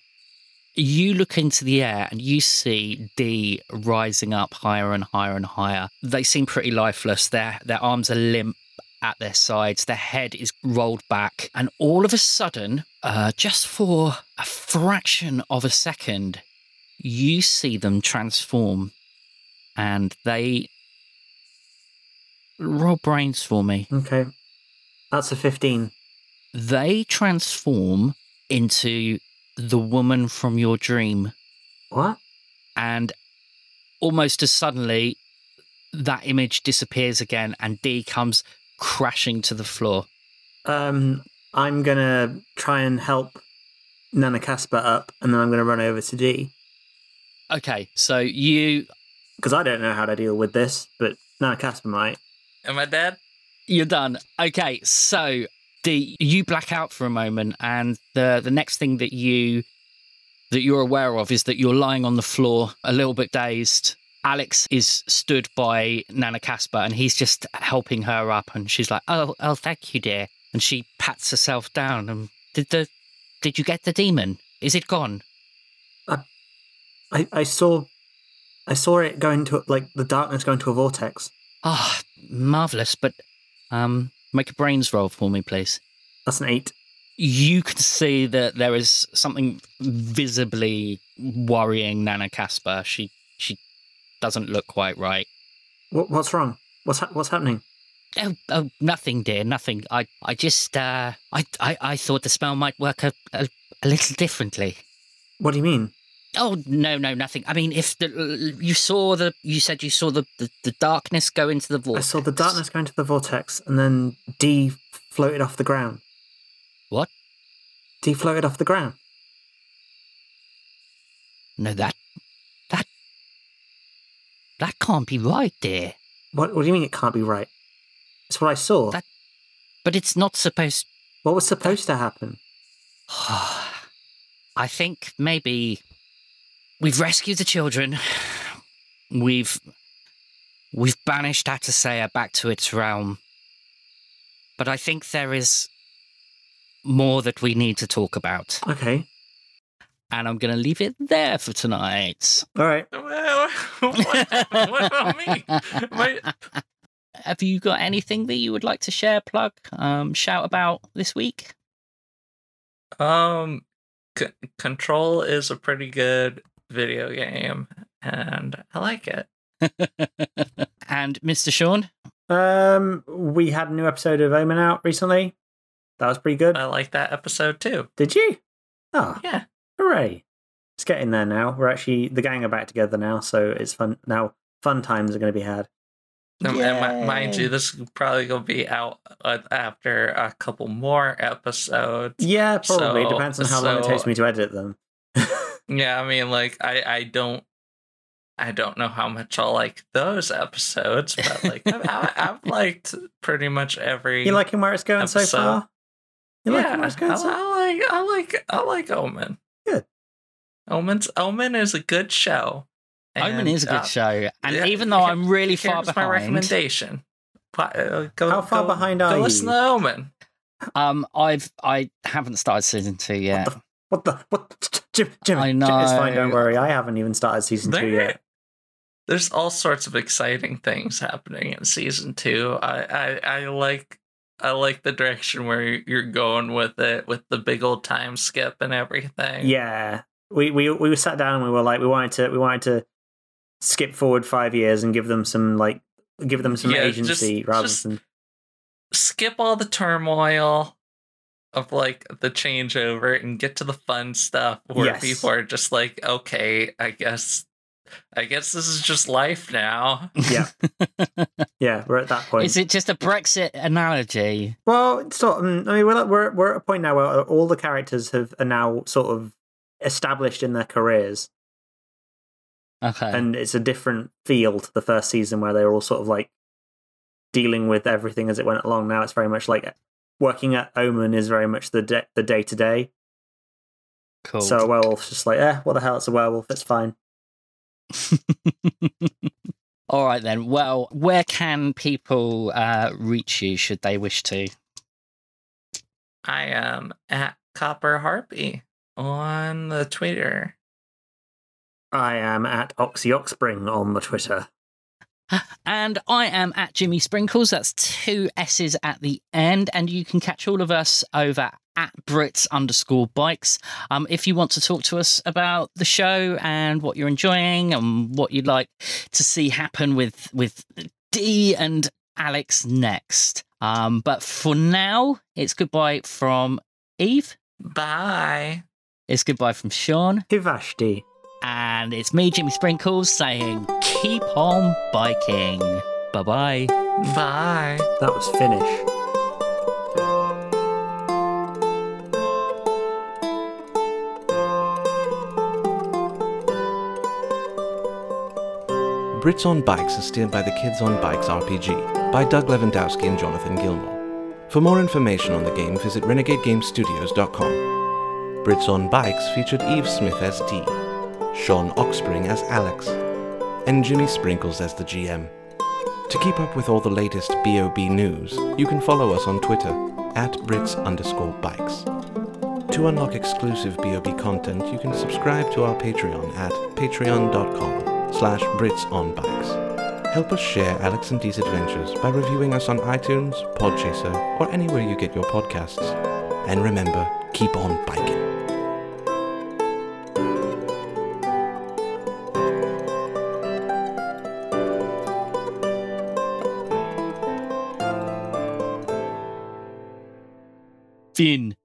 S1: you look into the air and you see D rising up higher and higher and higher. They seem pretty lifeless. Their their arms are limp at their sides. Their head is rolled back, and all of a sudden, uh, just for a fraction of a second, you see them transform, and they Roll brains for me.
S3: Okay. That's a 15.
S1: They transform into the woman from your dream,
S3: What?
S1: and almost as suddenly, that image disappears again, and D comes crashing to the floor.
S3: Um, I'm going to try and help Nana Casper up, and then I'm going to run over to D.
S1: Okay, so you
S3: Because I don't know how to deal with this, but Nana Casper might.
S2: Am I dead? (laughs)
S1: You're done. Okay, so the you black out for a moment, and the the next thing that you that you're aware of is that you're lying on the floor, a little bit dazed. Alex is stood by Nana Casper, and he's just helping her up, and she's like, "Oh, oh, thank you, dear." And she pats herself down. And did the did you get the demon? Is it gone?
S3: I, I saw. I saw it go into like the darkness go into a vortex.
S1: Ah, marvelous. But um, make a brains roll for me, please.
S3: That's an eight.
S1: you can see that there is something visibly worrying Nana Casper. She she doesn't look quite right.
S3: What, what's wrong? What's ha- what's happening?
S1: Oh, oh, nothing, dear, nothing. I, I just, uh, I, I, I thought the spell might work a, a, a little differently.
S3: What do you mean?
S1: Oh no, no, nothing. I mean, if the you saw the, you said you saw the the, the darkness go into the
S3: I
S1: vortex.
S3: saw the darkness go into the vortex, and then D floated off the ground.
S1: What?
S3: D floated off the ground.
S1: No, that, that, that can't be right, dear.
S3: What? What do you mean it can't be right? It's what I saw.
S1: That- But it's not supposed
S3: what was supposed to happen?
S1: (sighs) I think maybe we've rescued the children. We've we've banished Atasea back to its realm. But I think there is more that we need to talk about.
S3: Okay.
S1: And I'm gonna leave it there for tonight.
S3: All right.
S2: Well, what, what about me?
S1: (laughs)
S2: My,
S1: Have you got anything that you would like to share, plug, um, shout about this week? (laughs)
S2: Um, C- Control is a pretty good video game, and I like it.
S1: and Mr. Sean?
S3: Um, we had a new episode of Omen out recently. That was pretty good.
S2: I like that episode too.
S3: Did you? Oh,
S2: Yeah,
S3: hooray! It's getting there now. We're actually the gang are back together now, so it's fun. Now fun times are going to be had.
S2: And- and mi- mind
S1: Yay.
S2: you, this is probably gonna be out uh, after a couple more episodes.
S3: Yeah, probably
S2: So-
S3: depends on how long it
S2: so-
S3: takes me to edit them. (laughs)
S2: Yeah, I mean, like I, I don't, I don't know how much I'll like those episodes, but like I, I, I've liked pretty much every.
S3: You liking where it's going so
S2: Episode.
S3: far? You
S2: yeah,
S3: liking where it's going
S2: I,
S3: so far?
S2: I like, I like, I like Omen.
S3: Good.
S2: Omen's Omen is a good show.
S1: Omen
S2: and,
S1: is a good
S2: uh,
S1: show. And
S2: yeah,
S1: even though
S2: here-
S1: I'm really
S2: Here's
S1: far
S2: my
S1: behind,
S2: recommendation. Pa- uh, Go,
S3: How far
S2: go-
S3: behind
S2: go
S3: are you?
S2: listen to Omen.
S1: Um, I've I haven't started season two yet.
S3: What the? What? Jim, Jim,
S1: I
S3: Jim, it's fine.
S1: know.
S3: Don't worry. I haven't even started season two
S2: There-
S3: yet.
S2: There's all sorts of exciting things happening in season two. I, I, I like. I like the direction where you're going with it, with the big old time skip and everything.
S3: Yeah, we we we were sat down and we were like, we wanted to we wanted to skip forward five years and give them some like give them some
S2: Yeah,
S3: agency
S2: just-
S3: rather
S2: just-
S3: than
S2: skip all the turmoil of like the changeover and get to the fun stuff where
S3: Yes.
S2: people are just like, okay, I guess, I guess this is just life now.
S1: (laughs)
S3: yeah yeah we're at that point.
S1: Is it just a Brexit analogy?
S3: Well, it's sort of, mm, I mean, we're at, we're we're at a point now where all the characters have are now sort of established in their careers,
S1: Okay.
S3: and it's a different feel to the first season where they were all sort of like dealing with everything as it went along. Now it's very much like working at Omen is very much the de- the day to day.
S1: cool.
S3: So a werewolf's just like, eh, what the hell? It's a werewolf. It's fine.
S1: (laughs) All right then. Well, where can people uh, reach you should they wish to?
S2: I am at Copper Harpy on the Twitter.
S3: I am at Oxyoxspring on the Twitter.
S1: And I am at Jimmy Sprinkles. That's two S's at the end. And you can catch all of us over at Brits underscore bikes. Um, if you want to talk to us about the show and what you're enjoying and what you'd like to see happen with with D and Alex next. Um, but for now, it's goodbye from Eve.
S2: Bye.
S1: It's goodbye from Sean.
S3: Hivashti.
S1: And it's me, Jimmy Sprinkles, saying keep on biking. Bye bye.
S2: Bye.
S3: That was Finnish.
S5: Brits on Bikes is steered by the Kids on Bikes RPG by Doug Lewandowski and Jonathan Gilmore. For more information on the game, visit renegadegamestudios.com. Brits on Bikes featured Eve Smith as Dee, Sean Oxpring as Alex, and Jimmy Sprinkles as the GM. To keep up with all the latest BOB news, you can follow us on Twitter at Brits underscore bikes. To unlock exclusive BOB content, you can subscribe to our Patreon at patreon.com slash Brits on Bikes. Help us share Alex and Dee's adventures by reviewing us on iTunes, Podchaser, or anywhere you get your podcasts. And remember, keep on biking.
S1: Finn.